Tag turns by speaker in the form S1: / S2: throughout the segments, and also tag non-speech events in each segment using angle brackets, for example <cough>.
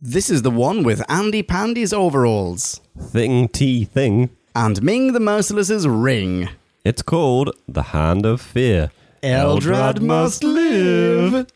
S1: This is the one with Andy Pandy's overalls
S2: Thing tea thing.
S1: and Ming the Merciless's ring.
S2: It's called The Hand of Fear.
S1: Eldrad must live.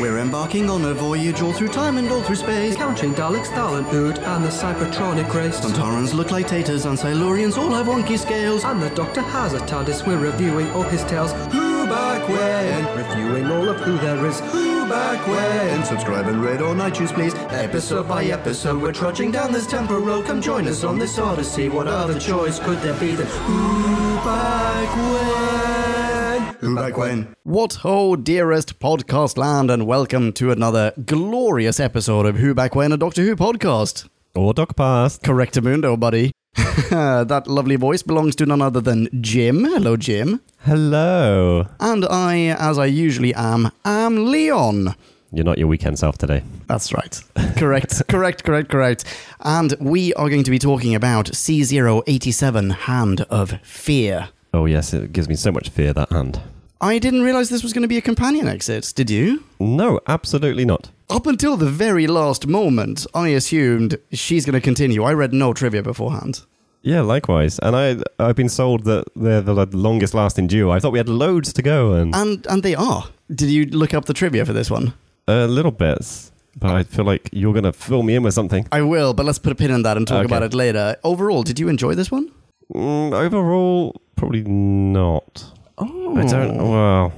S3: We're embarking on a voyage all through time and all through space.
S4: Countering Daleks, Thalan Ood, and the Cybertronic race.
S3: Santarans look like taters and Silurians all have wonky scales.
S4: And the Doctor has a TARDIS. We're reviewing all his tales. Who back when? Reviewing all of who there is. Who back when?
S3: And subscribe and rate on iTunes, please. Episode by episode, we're trudging down this temporal road. Come join us on this odyssey. What other choice could there be than Who back when? Who back when?
S1: What ho, dearest podcast land, and welcome to another glorious episode of Who Back When, a Doctor Who podcast.
S2: Or Doc Past.
S1: Correctamundo, buddy. <laughs> that lovely voice belongs to none other than Jim. Hello, Jim.
S2: Hello.
S1: And I, as I usually am, am Leon.
S2: You're not your weekend self today.
S1: That's right. <laughs> Correct, correct, correct, correct. And we are going to be talking about C087 Hand of Fear.
S2: Oh, yes, it gives me so much fear, that hand.
S1: I didn't realize this was going to be a companion exit, did you?
S2: No, absolutely not.
S1: Up until the very last moment, I assumed she's going to continue. I read no trivia beforehand.
S2: Yeah, likewise. And I, I've been sold that they're the longest lasting duo. I thought we had loads to go and
S1: And and they are. Did you look up the trivia for this one?
S2: uh, little bits. But I feel like you're going to fill me in with something.
S1: I will, but let's put a pin in that and talk
S2: Okay.
S1: about it later. Overall, did you enjoy this one?
S2: Mm, overall, probably not.
S1: Oh,
S2: I don't. Well.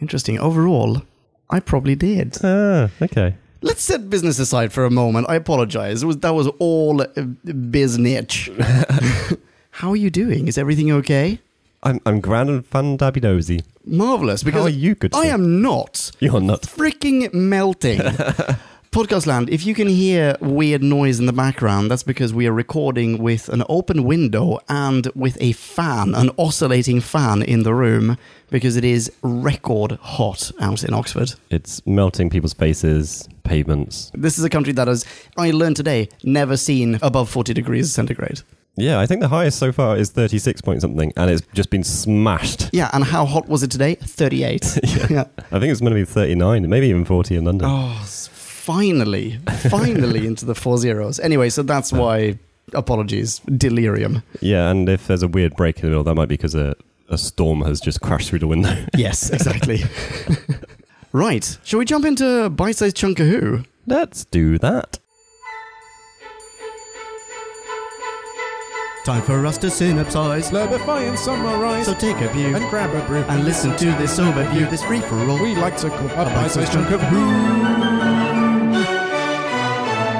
S1: Interesting. Overall, I probably did.
S2: Ah, okay.
S1: Let's set business aside for a moment. I apologize. It was, that was all uh, biznitch. <laughs> How are you doing? Is everything okay?
S2: I'm, I'm grand and fan dabby dozy.
S1: Marvelous. Because
S2: are you, good
S1: I
S2: sir?
S1: am not
S2: You're not.
S1: freaking melting. Podcast land, if you can hear weird noise in the background, that's because we are recording with an open window and with a fan, an oscillating fan in the room, because it is record hot out in Oxford.
S2: It's melting people's faces, pavements.
S1: This is a country that has, I learned today, never seen above 40 degrees centigrade.
S2: Yeah, I think the highest so far is 36 point something, and it's just been smashed.
S1: Yeah, and how hot was it today? 38. yeah.
S2: I think it's going to be 39, maybe even 40 in London.
S1: Oh, s- finally, finally into the four zeros. Anyway, so that's why, apologies, delirium.
S2: Yeah, and if there's a weird break in the middle, that might be because a, a storm has just crashed through the window. <laughs>
S1: Yes, exactly. <laughs> right, shall we jump into Bite Size Chunk of Who?
S2: Let's do that.
S1: Time for us to synopsize.
S5: Slurpify and summarize
S1: So take a view
S5: and grab a brew
S1: and listen to this overview, this free for all.
S5: we like to call a bite-sized chunk of who.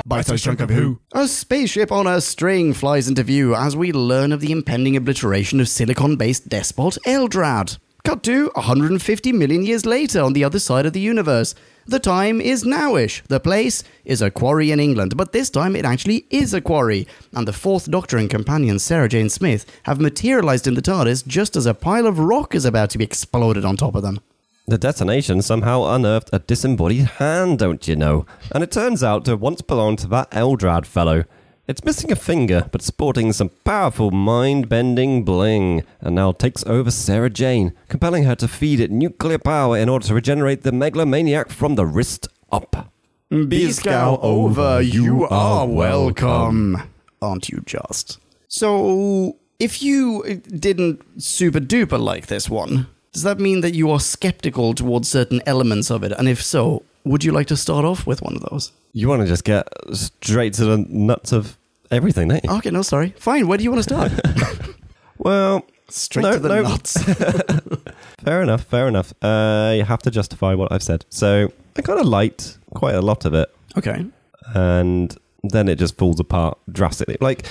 S5: Bite-sized chunk of who.
S1: A spaceship on a string flies into view as we learn of the impending obliteration of silicon based despot Eldrad. Cut to 150 million years later on the other side of the universe. The time is nowish. The place is a quarry in England, but this time it actually is a quarry. And the fourth Doctor and companion Sarah Jane Smith have materialized in the TARDIS just as a pile of rock is about to be exploded on top of them.
S2: The detonation somehow unearthed a disembodied hand, don't you know? And it turns out to have once belonged to that Eldrad fellow. It's missing a finger, but sporting some powerful mind bending bling, and now takes over Sarah Jane, compelling her to feed it nuclear power in order to regenerate the megalomaniac from the wrist up.
S1: Beescow over, you are welcome. Aren't you just? So, if you didn't super duper like this one, does that mean that you are skeptical towards certain elements of it? And if so, would you like to start off with one of those?
S2: You want to just get straight to the nuts of everything, don't you?
S1: Okay, no, sorry. Fine, where do you want to
S2: <laughs>
S1: start?
S2: Well,
S1: Straight
S2: No,
S1: to the
S2: no. <laughs>
S1: nuts.
S2: Fair enough, fair enough. I have to justify what I've said. So I kind of liked quite a lot of it,
S1: okay.
S2: and then it just falls apart drastically.
S1: <laughs>
S2: Like,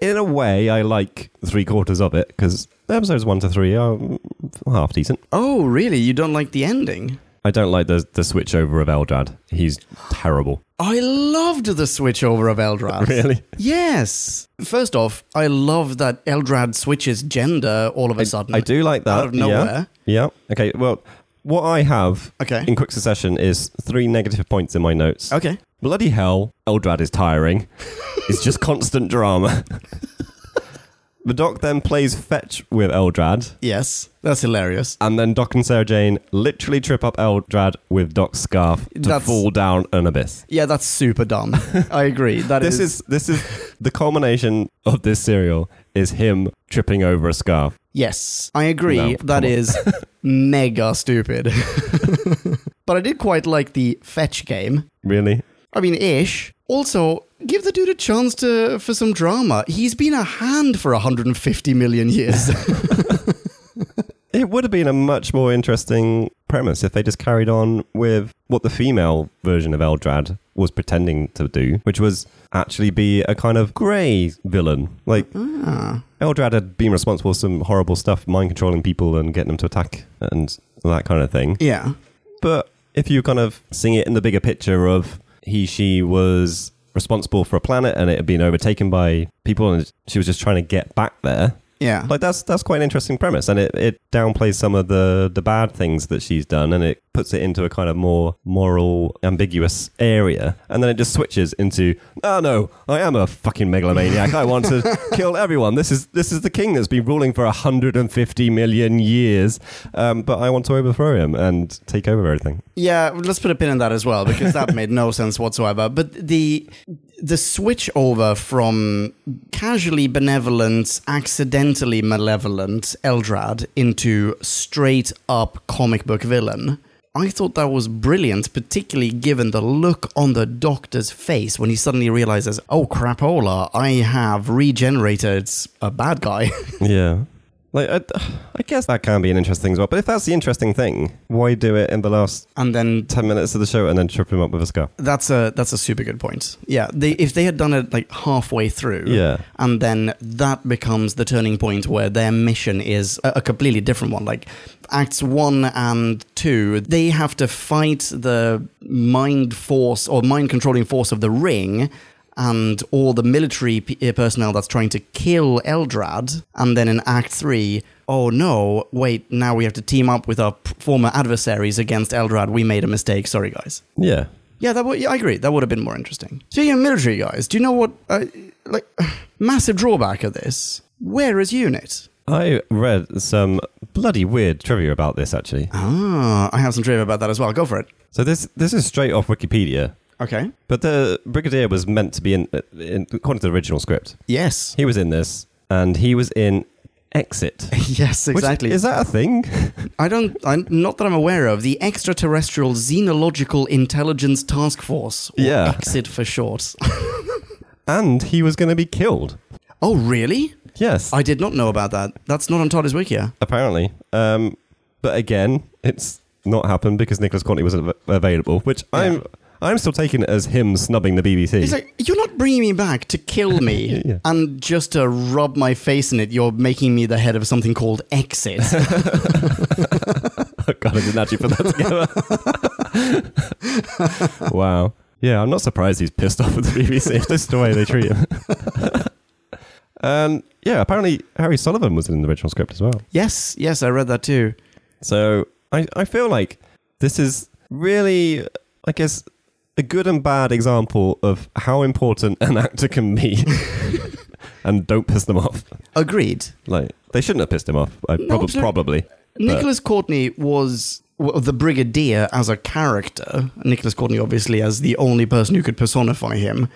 S2: in a way, I like three quarters of it because episodes one to three are mm, half decent.
S1: Oh, really? You don't like the ending?
S2: I don't like the the switch over of Eldrad. He's
S1: <laughs>
S2: terrible.
S1: I loved the switchover of Eldrad.
S2: Really?
S1: Yes. First off, I love that Eldrad switches gender all of a sudden.
S2: I do like that.
S1: Out of nowhere.
S2: Yeah. yeah. Okay. Well, what I have
S1: Okay.
S2: in quick succession is three negative points in my notes.
S1: Okay.
S2: Bloody hell, Eldrad is tiring. it's just constant drama. The Doc then plays fetch with Eldrad,
S1: Yes, that's hilarious.
S2: and then Doc and Sarah Jane literally trip up Eldrad with Doc's scarf to
S1: That's-
S2: fall down an abyss.
S1: Yeah, that's super dumb. I agree. <laughs> That
S2: This is this is the culmination of this serial is him tripping over a scarf.
S1: Yes, I agree.
S2: No,
S1: that
S2: come on.
S1: is mega stupid. <laughs> but I did quite like the fetch game.
S2: <laughs> Really?
S1: I mean, ish. Also, give the dude a chance to for some drama. He's been a hand for 150 million years. <laughs>
S2: <laughs> It would have been a much more interesting premise if they just carried on with what the female version of Eldrad was pretending to do, which was actually be a kind of grey villain. Like,
S1: Ah.
S2: Eldrad had been responsible for some horrible stuff, mind controlling people and getting them to attack and that kind of thing.
S1: yeah.
S2: But if you kind of sing it in the bigger picture of he, she was responsible for a planet and it had been overtaken by people and she was just trying to get back there,
S1: Yeah.
S2: like that's that's quite an interesting premise, and it, it downplays some of the the bad things that she's done, and it puts it into a kind of more moral ambiguous area, and then it just switches into oh no, I am a fucking megalomaniac. I want <laughs> to kill everyone. This is this is the king that's been ruling for hundred and fifty million years, um, but I want to overthrow him and take over everything.
S1: Yeah, let's put a pin in that as well because that made no sense whatsoever. But the the switch over from casually benevolent, accidentally malevolent Eldrad into straight up comic book villain. I thought that was brilliant, particularly given the look on the doctor's face when he suddenly realizes, "Oh crapola, I have regenerated a bad guy."
S2: <laughs>
S1: <laughs>
S2: Yeah. Like I, I guess that can be an interesting thing as well. But if that's the interesting thing, why do it in the last
S1: and then
S2: ten minutes of the show and then trip him up with a scarf?
S1: That's a that's a super good point. Yeah, they, if they had done it like halfway through,
S2: Yeah.
S1: and then that becomes the turning point where their mission is a, a completely different one. Like acts one and two, they have to fight the mind force or mind controlling force of the ring. And all the military p- eh, personnel that's trying to kill Eldrad. And then in Act 3, oh no, wait, now we have to team up with our p- former adversaries against Eldrad. We made a mistake. Sorry, guys.
S2: Yeah.
S1: Yeah, that would, yeah, I agree. That would have been more interesting. Speaking of military guys, do you know what, uh, like, <sighs> massive drawback of this? Where is UNIT?
S2: I read some bloody weird trivia about this actually.
S1: Ah, I have some trivia about that as well. Go for it.
S2: So this this is straight off Wikipedia,
S1: Okay.
S2: but the brigadier was meant to be in, in according to the original script.
S1: Yes.
S2: He was in this, and he was in Exit.
S1: <laughs> Yes,
S2: Which-
S1: exactly.
S2: is that a thing? <laughs>
S1: I don't, I'm, not that I'm aware of, the Extraterrestrial Xenological Intelligence Task Force, or
S2: Yeah.
S1: EXIT for short. <laughs>
S2: and he was going to be killed.
S1: oh, really?
S2: Yes,
S1: I did not know about that. That's not on Todd's Wiki. yeah?
S2: apparently. Um, but again, it's not happened because Nicholas Courtney wasn't av- available, which I'm I'm still taking it as him snubbing the BBC.
S1: He's like, you're not bringing me back to kill me,
S2: Yeah.
S1: and just to rub my face in it, you're making me the head of something called Exit.
S2: Oh God, I didn't actually put that together. <laughs> wow. Yeah, I'm not surprised he's pissed off with the BBC. It's just the way they treat him. <laughs> and yeah, apparently Harry Sullivan was in the original script as well.
S1: yes, yes, I read that too.
S2: So I, I feel like this is really, I guess, a good and bad example of how important an actor can <laughs> be. and don't piss them off.
S1: Agreed.
S2: Like, they shouldn't have pissed him off. I
S1: No,
S2: prob-
S1: absolutely.
S2: probably.
S1: Nicholas Courtney was well, the Brigadier as a character. Nicholas Courtney, obviously, as the only person who could personify him,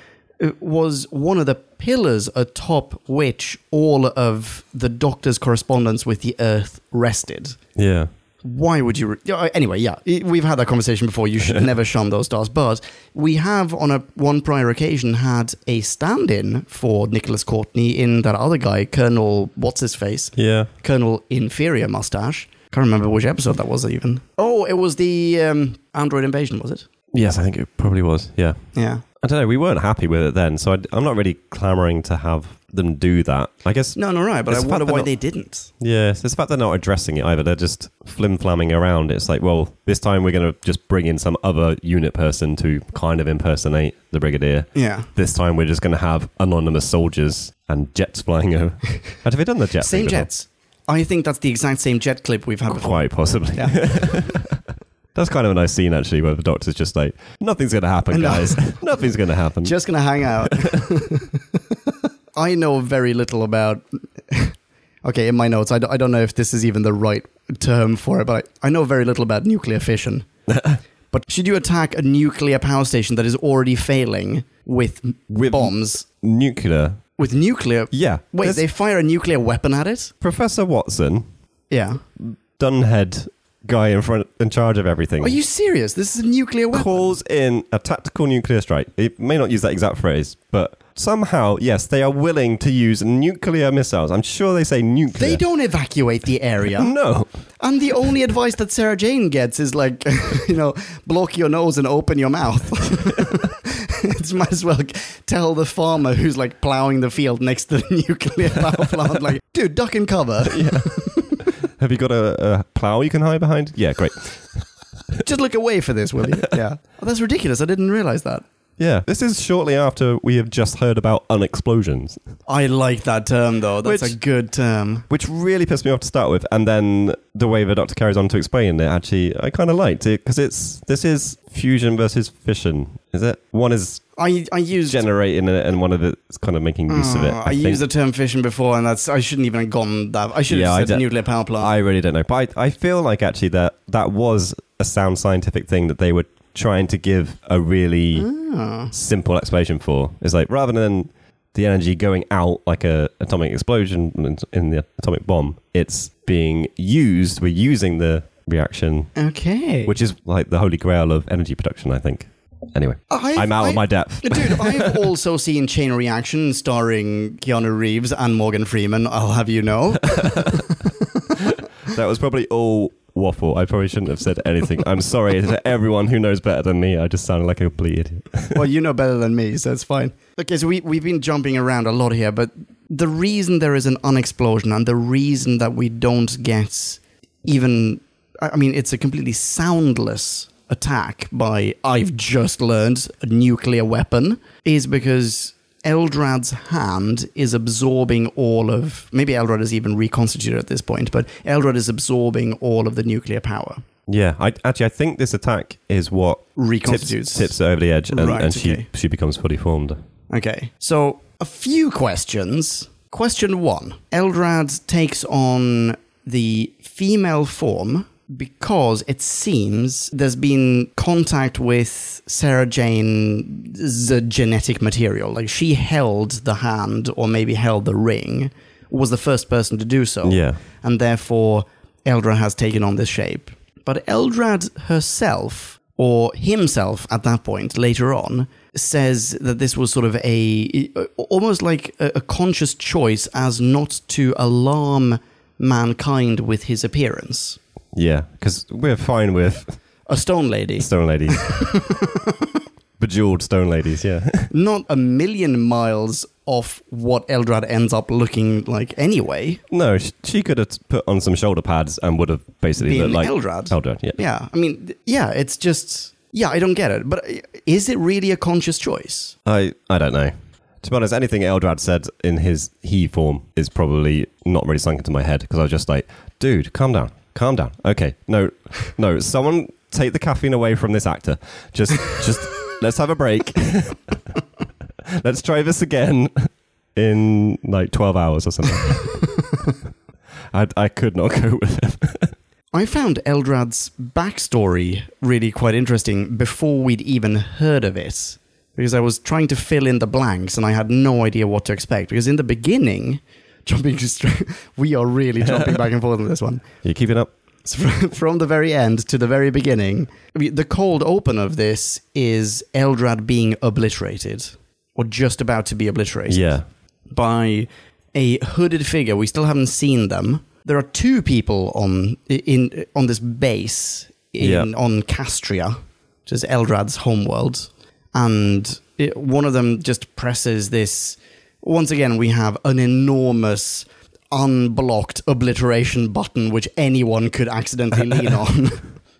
S1: uh, was one of the pillars atop which all of the Doctor's correspondence with the Earth rested.
S2: Yeah.
S1: why would you re- Yeah, uh, anyway yeah i- we've had that conversation before you
S2: <laughs>
S1: should never shun those stars but we have on a one prior occasion had a stand-in for nicholas courtney in that other guy colonel what's his face
S2: Yeah.
S1: colonel inferior mustache can't remember which episode that was even oh it was the um, android invasion was it
S2: Yes, I think it probably was. Yeah.
S1: yeah
S2: I don't know. We weren't happy with it then, so I, am not really clamoring to have them do that. I guess.
S1: no no right but
S2: It's
S1: i wonder
S2: fucking
S1: why
S2: not-
S1: they didn't
S2: Yeah, it's the fact they're not addressing it either. They're just flim flamming around. It's like, well, this time we're going to just bring in some other unit person to kind of impersonate the brigadier.
S1: yeah
S2: This time we're just going to have anonymous soldiers and jets flying
S1: <laughs>
S2: over. Had they done the jet?
S1: same
S2: thing before?
S1: jets i think that's the exact same jet clip we've had before
S2: Quite possibly. <laughs> That's kind of a nice scene actually, where the doctor's just like, nothing's going to happen,
S1: No.
S2: guys. <laughs> Nothing's going to happen.
S1: Just gonna hang out. I know very little about okay, in my notes, I d- I don't know if this is even the right term for it, but I, I know very little about nuclear fission. but should you attack a nuclear power station that is already failing with,
S2: With-
S1: bombs,
S2: Nuclear.
S1: with nuclear.
S2: Yeah.
S1: Wait,
S2: There's
S1: they fire a nuclear weapon at it?
S2: Professor Watson,
S1: Yeah.
S2: Dunhead guy in front in charge of everything.
S1: Are you serious? This is a nuclear weapon.
S2: calls in a tactical nuclear strike. It may not use that exact phrase, but somehow, yes, they are willing to use nuclear missiles. I'm sure they say nuclear.
S1: They don't evacuate the
S2: <laughs>
S1: area.
S2: No.
S1: and the only advice that Sarah Jane gets is like, <laughs> you know, block your nose and open your mouth. <laughs> Just might as well tell the farmer who's like plowing the field next to the <laughs> nuclear power plant, like, dude, duck and cover. <laughs>
S2: Have you got a, a plow you can hide behind? Yeah, great.
S1: Just look away for this, <laughs> will you? Yeah. Oh, that's ridiculous. I didn't realize that.
S2: Yeah, this is shortly after we have just heard about unexplosions,
S1: I like that term though. That's
S2: Which-
S1: a good term.
S2: which really pissed me off to start with, and then the way the doctor carries on to explain it, actually, I kind of liked it because it's this is fusion versus fission, is it? One is
S1: I, I used
S2: generating it, and one of it's kind of making use of
S1: Oh,
S2: it. Mm, I,
S1: I,
S2: think.
S1: used the term fission before, and that's I shouldn't even have gone that. I should have
S2: Yeah, I
S1: said
S2: d-
S1: nuclear power plant.
S2: I really don't know, but I, I feel like actually that that was a sound scientific thing that they were trying to give a really
S1: Hmm? Ah,
S2: simple explanation for. It's like rather than the energy going out like a atomic explosion in- in the atomic bomb, it's being used. We're using the reaction,
S1: Hmm. okay.
S2: which is like the holy grail of energy production. I think. Anyway,
S1: I-
S2: i am out
S1: I-
S2: of my
S1: <laughs>
S2: depth.
S1: Dude, I've also seen Chain Reaction starring Keanu Reeves and Morgan Freeman, I'll have you know.
S2: That was probably all waffle. I probably shouldn't have said anything. I'm sorry to everyone who knows better than me. I just sounded like a complete idiot.
S1: well, you know better than me, so it's fine. Okay, so we, we've been jumping around a lot here, but the reason there is an unexplosion and the reason that we don't get even. I I mean, it's a completely soundless attack by, I've just learned, a nuclear weapon, is because. Eldrad's hand is absorbing all of. Maybe Eldrad is even reconstituted at this point, but Eldrad is absorbing all of the nuclear power.
S2: Yeah, I, actually, I think this attack is what tips,
S1: Reconstitutes.
S2: tips her over the edge, and,
S1: Right,
S2: and she
S1: okay.
S2: she becomes fully formed.
S1: Okay. So, a few questions. Question one Eldrad takes on the female form because it seems there's been contact with Sarah Jane's genetic material. Like, she held the hand, or maybe held the ring, was the first person to do so.
S2: Yeah.
S1: And therefore, Eldrad has taken on this shape. But Eldrad herself, or himself at that point, later on, says that this was sort of a almost like a, a conscious choice as not to alarm mankind with his appearance.
S2: Yeah, because we're fine with
S1: A stone lady, <laughs>
S2: stone ladies, bejeweled stone ladies. Yeah, <laughs>
S1: not a million miles off what Eldrad ends up looking like anyway.
S2: no, she, she could have put on some shoulder pads and would have basically
S1: Being
S2: looked like
S1: Eldrad.
S2: Eldrad, yeah.
S1: Yeah, I mean, th- yeah, it's just, yeah, I don't get it. But uh, is it really a conscious choice?
S2: I I don't know. To be honest, anything Eldrad said in his he form is probably not really sunk into my head because I was just like, dude, calm down, calm down. Okay, no, no, someone take the caffeine away from this actor. Just, <laughs> just let's have a break. <laughs> let's try this again in like twelve hours or something. <laughs> I I could not <laughs> go with it.
S1: I found Eldrad's backstory really quite interesting before we'd even heard of it. Because I was trying to fill in the blanks and I had no idea what to expect. Because in the beginning, <laughs> jumping to stra- we are really jumping back and forth on this one.
S2: You keeping up?
S1: So fr- <laughs> from the very end to the very beginning, I mean, the cold open of this is Eldrad being obliterated, or just about to be obliterated
S2: Yeah,
S1: by a hooded figure. We still haven't seen them. There are two people on in on this base in
S2: Yeah.
S1: on Castria, which is Eldrad's homeworld, and it, one of them just presses this. Once again, we have an enormous unblocked obliteration button which anyone could accidentally lean on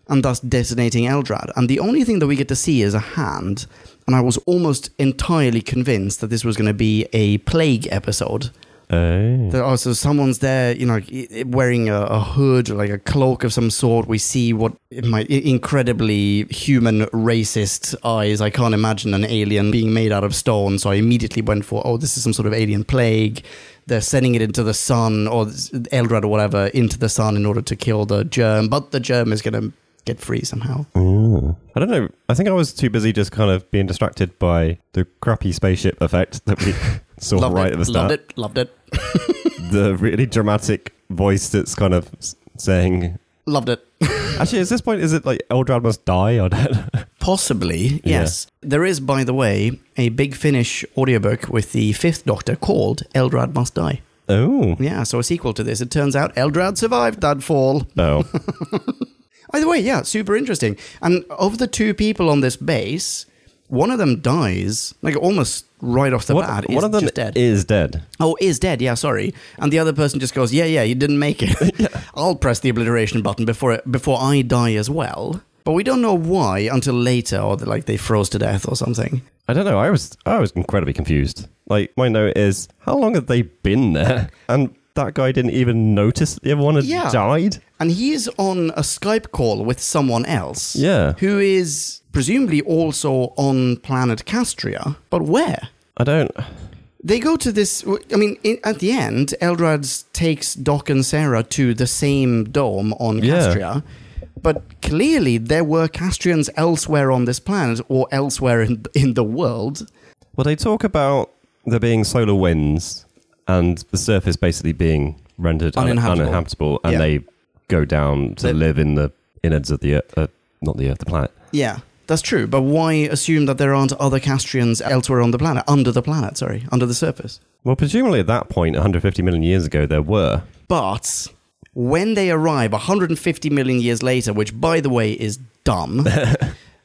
S1: and thus detonating Eldrad. And the only thing that we get to see is a hand. And I was almost entirely convinced that this was going to be a plague episode
S2: Oh.
S1: That, oh, so someone's there, you know, i- i- wearing a, a hood or like a cloak of some sort. We see what in my i- incredibly human racist eyes. I can't imagine an alien being made out of stone. So I immediately went for, oh, this is some sort of alien plague. They're sending it into the sun or s- Eldred or whatever into the sun in order to kill the germ. But the germ is going to get free somehow.
S2: I don't know. I think I was too busy just kind of being distracted by the crappy spaceship effect
S1: <laughs>
S2: that we saw
S1: loved
S2: right
S1: it,
S2: at the
S1: loved
S2: start.
S1: it, loved it,
S2: The really dramatic voice that's kind of s- saying.
S1: loved it.
S2: Actually, at this point, is it like Eldrad must die or dead? <laughs>
S1: Possibly,
S2: Yeah.
S1: yes. There is, by the way, a Big Finish audiobook with the fifth Doctor called Eldrad Must Die.
S2: oh.
S1: Yeah, so a sequel to this. It turns out Eldrad survived that fall.
S2: No.
S1: Either way, yeah, super interesting. And of the two people on this base, one of them dies, like almost right off the
S2: One-
S1: bat.
S2: Oh. one
S1: is
S2: of them
S1: just dead.
S2: is dead.
S1: oh, is dead, yeah, sorry. And the other person just goes, yeah, yeah, you didn't make
S2: <laughs>
S1: it. <laughs> I'll press the obliteration button before, it, before I die as well. But we don't know why until later, or like they froze to death or something.
S2: I don't know. I was I was incredibly confused. Like my note is how long have they been there? And that guy didn't even notice the other one had
S1: Yeah.
S2: died.
S1: And he's on a Skype call with someone else.
S2: Yeah.
S1: Who is presumably also on planet Castria. But where?
S2: I don't.
S1: They go to this. I mean, in, at the end, Eldrad takes Doc and Sarah to the same dome on
S2: Yeah.
S1: Castria. But clearly, there were Castrians elsewhere on this planet or elsewhere in, in the world.
S2: Well, they talk about there being solar winds and the surface basically being rendered un-
S1: Uninhabitable.
S2: uninhabitable, and
S1: Yeah.
S2: they go down to
S1: They-
S2: live in the innards of the earth, uh, not the earth, the planet.
S1: Yeah, that's true. But why assume that there aren't other Castrians elsewhere on the planet? Under the planet, sorry, under the surface.
S2: Well, presumably at that point, 150 million years ago, there were.
S1: But when they arrive 150 million years later, which by the way is dumb,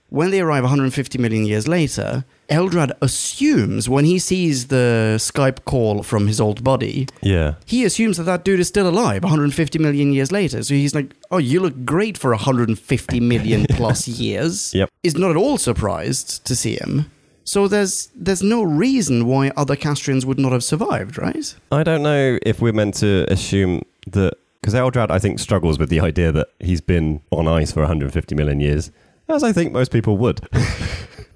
S1: when they arrive 150 million years later, Eldrad assumes when he sees the Skype call from his old buddy,
S2: Yeah.
S1: he assumes that that dude is still alive 150 million years later. So he's like, "Oh, you look great for 150 million plus years."
S2: Yep.
S1: Is not at all surprised to see him. So there's there's no reason why other Castrians would not have survived, right?
S2: I don't know if we're meant to assume that because Eldrad, I think, struggles with the idea that he's been on ice for 150 million years, as I think most people would. <laughs>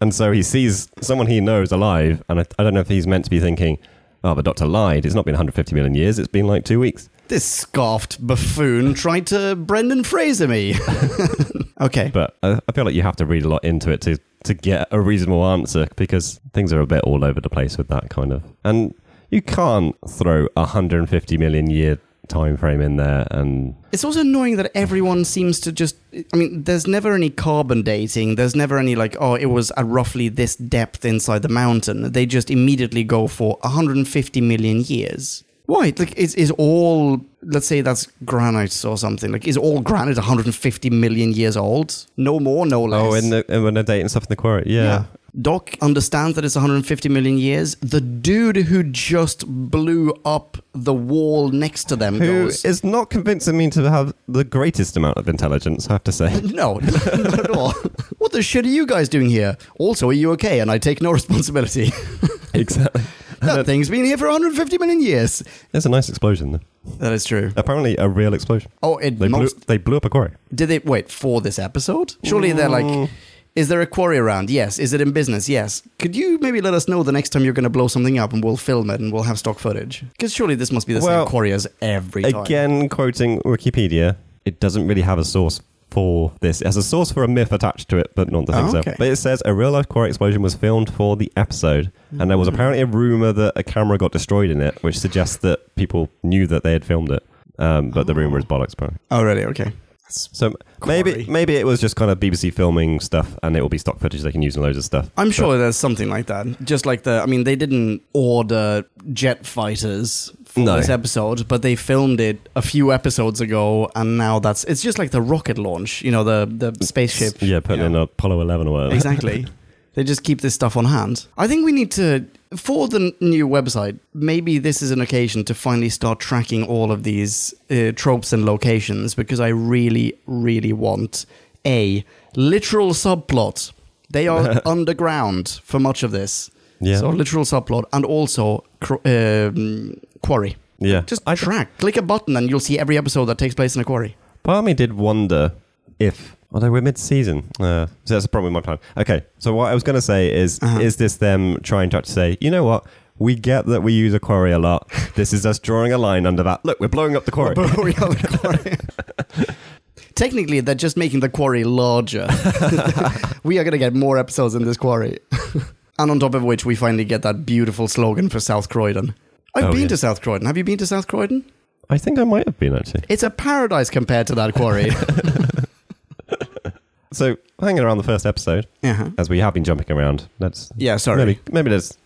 S2: and so he sees someone he knows alive, and I, I don't know if he's meant to be thinking, "Oh, the doctor lied. It's not been 150 million years. It's been like two weeks."
S1: This scarfed buffoon tried to Brendan Fraser me. <laughs> okay.
S2: But I, I feel like you have to read a lot into it to to get a reasonable answer because things are a bit all over the place with that kind of, and you can't throw a 150 million year time frame in there and
S1: It's also annoying that everyone seems to just. I mean, there's never any carbon dating. There's never any, like, oh, it was at roughly this depth inside the mountain. They just immediately go for 150 million years. Why? Like, is, is all. Let's say that's granite or something. Like, is all granite 150 million years old? No more, no less.
S2: Oh, in the and when they're dating stuff in the quarry, yeah.
S1: Doc understands that it's 150 million years. The dude who just blew up the wall next to them
S2: Who
S1: goes.
S2: is not convincing me to have the greatest amount of intelligence, I have
S1: <laughs>
S2: to
S1: <laughs>
S2: say.
S1: No, not at all. What the shit are you guys doing here? Also, are you okay? And I take no <laughs>
S2: <laughs>
S1: responsibility.
S2: exactly.
S1: that thing's been here for 150 million years.
S2: It's a nice explosion, though.
S1: That is true.
S2: Apparently, a real explosion.
S1: Oh, it
S2: They,
S1: most
S2: blew, they blew up a quarry.
S1: Did they wait for this episode? Surely they're
S2: Mm.
S1: like, is there a quarry around? Yes. Is it in business? Yes. Could you maybe let us know the next time you're going to blow something up and we'll film it and we'll have stock footage? Because surely this must be the
S2: Well,
S1: same quarry as every time.
S2: Again, quoting Wikipedia, it doesn't really have a source for this. It has a source for a myth attached to it, but not the
S1: Oh,
S2: thing so.
S1: okay.
S2: But it says a real life quarry explosion was filmed for the episode, and
S1: Mm.
S2: there was apparently a rumor that a camera got destroyed in it, which suggests that people knew that they had filmed it. Um, but the rumor is bollocks, apparently.
S1: Oh, really? Okay.
S2: So maybe
S1: Quarry.
S2: maybe it was just kind of BBC filming stuff, and it will be stock footage they can use in loads of stuff.
S1: I'm sure there's something like that. Just like the, I mean, they didn't order jet fighters for
S2: No.
S1: this episode, but they filmed it a few episodes ago, and now that's it's just like the rocket launch, you know, the the spaceship.
S2: Yeah, putting in Apollo 11 or <laughs> whatever.
S1: exactly. They just keep this stuff on hand. I think we need to, for the n- new website, maybe this is an occasion to finally start tracking all of these uh, tropes and locations because I really, really want a literal subplot. They
S2: <laughs>
S1: are underground for much of this.
S2: Yeah.
S1: So, literal subplot and also cr- um, quarry.
S2: Yeah.
S1: Just
S2: I-
S1: track. Click a button and you'll see every episode that takes place in a quarry.
S2: Part of me did wonder if. Although we're mid-season, uh, so that's a problem with my plan. Okay, so what I was going to say is,
S1: Uh-huh.
S2: is this them trying to actually say, you know what? We get that we use a quarry a lot. This is us drawing a line under that. Look, we're blowing up the quarry.
S1: Quarry on <laughs> the quarry. Technically, they're just making the quarry <laughs> larger. we are going to get more episodes in this quarry. and on top of which, we finally get that beautiful slogan for South Croydon. I've
S2: Oh,
S1: been
S2: yeah.
S1: to South Croydon. Have you been to South Croydon?
S2: I think I might have been actually.
S1: It's a paradise compared to that <laughs> quarry.
S2: So hanging around the first episode,
S1: uh-huh.
S2: as we have been jumping around. Let's
S1: Yeah, sorry.
S2: maybe maybe let's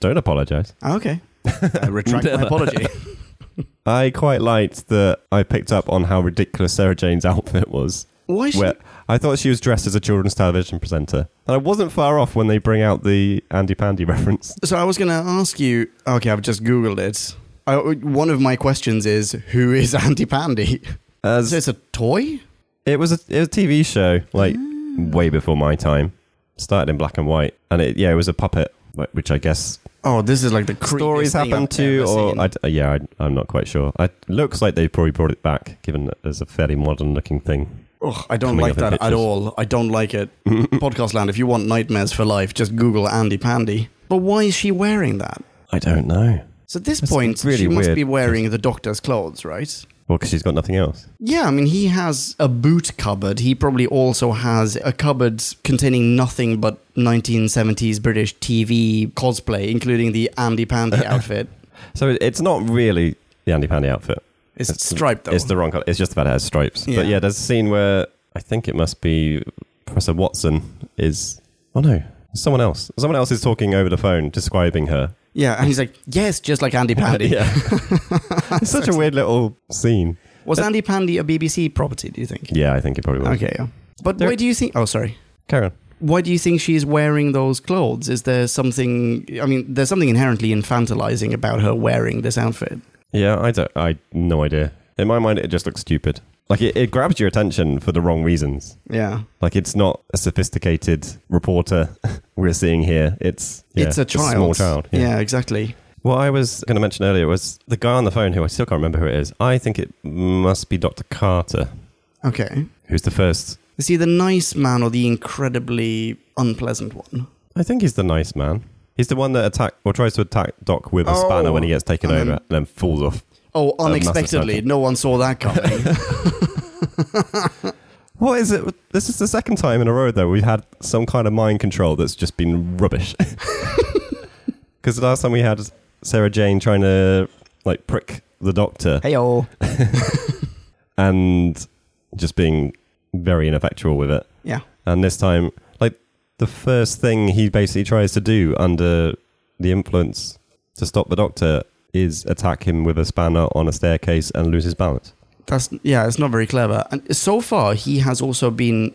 S2: don't apologise.
S1: Ah, Okay. <laughs> I retract my apology.
S2: I quite liked that I picked up on how ridiculous Sarah Jane's <laughs> outfit was.
S1: <laughs> Why should
S2: Where I thought she was dressed as a children's television presenter, and I wasn't far off when they bring out the Andy Pandy <laughs> reference.
S1: So I was going to ask you. Okay, I've just googled it. I, one of my questions is who is Andy Pandy? <laughs> Is
S2: As
S1: this a toy?
S2: it was a it was a TV show like
S1: Mm.
S2: way before my time. Started in black and white, and it yeah it was a puppet, wh- which I guess
S1: Oh, this is like the creepiest
S2: stories
S1: thing
S2: happen
S1: I've
S2: to,
S1: ever
S2: or
S1: seen.
S2: I d- uh, yeah, I, I'm not quite sure. It looks like they probably brought it back, given that there's a fairly modern looking thing.
S1: Ugh, I don't
S2: Coming
S1: like
S2: up in
S1: that at
S2: pictures.
S1: all. I don't like
S2: <laughs>
S1: it. Podcast land. If you want nightmares for life, just Google Andy Pandy. But why is she wearing that?
S2: I don't know.
S1: So at this
S2: That's
S1: point,
S2: really
S1: she must
S2: weird.
S1: be wearing the doctor's clothes, right?
S2: Well, because she's got nothing else.
S1: Yeah, I mean, he has a boot cupboard. He probably also has a cupboard containing nothing but 1970s British TV cosplay, including the Andy
S2: <laughs>
S1: Pandy outfit.
S2: So it- it's not really the Andy Pandy outfit.
S1: It's striped, though.
S2: It's the wrong color. It's just about it has stripes.
S1: Yeah.
S2: But yeah, there's a scene where I think it must be Professor Watson is. Oh no, someone else. Someone else is talking over the phone, describing her.
S1: yeah, and he's like, yes, just like Andy Pandy.
S2: <laughs>
S1: <laughs>
S2: Yeah. it's such a weird little scene.
S1: Was Andy Pandy a BBC property, do you think?
S2: Yeah, I think it probably was.
S1: Okay, yeah. But
S2: There-
S1: why do you think... Oh, sorry.
S2: Carry on.
S1: why do you think she's wearing those clothes? Is there something? I mean, there's something inherently infantilizing about her wearing this outfit.
S2: Yeah, I don't. I no idea. In my mind, it just looks stupid. Like it, it grabs your attention for the wrong reasons.
S1: Yeah,
S2: Like it's not a sophisticated reporter <laughs> we're seeing here. It's yeah,
S1: it's a child.
S2: small child.
S1: Yeah, exactly.
S2: What I was going to mention earlier was the guy on the phone who I still can't remember who it is. I think it must be Dr. Carter,
S1: Okay.
S2: who's the first.
S1: Is he the nice man or the incredibly unpleasant one?
S2: I think he's the nice man. He's the one that attack or tries to attack Doc with a
S1: Oh.
S2: spanner when he gets taken
S1: And
S2: over
S1: then-
S2: and then falls off.
S1: Oh,
S2: massive
S1: unexpectedly,
S2: sergeant.
S1: no one saw that
S2: <laughs>
S1: coming.
S2: What is it? with- This is the second time in a row though we've had some kind of mind control that's just been rubbish. <laughs> Because last time we had Sarah Jane trying to like prick the doctor
S1: Heyo.
S2: and just being very ineffectual with it.
S1: Yeah.
S2: And this time, like the first thing he basically tries to do under the influence to stop the doctor is attack him with a spanner on a staircase and lose his balance.
S1: That's yeah, it's not very clever. And so far, he has also been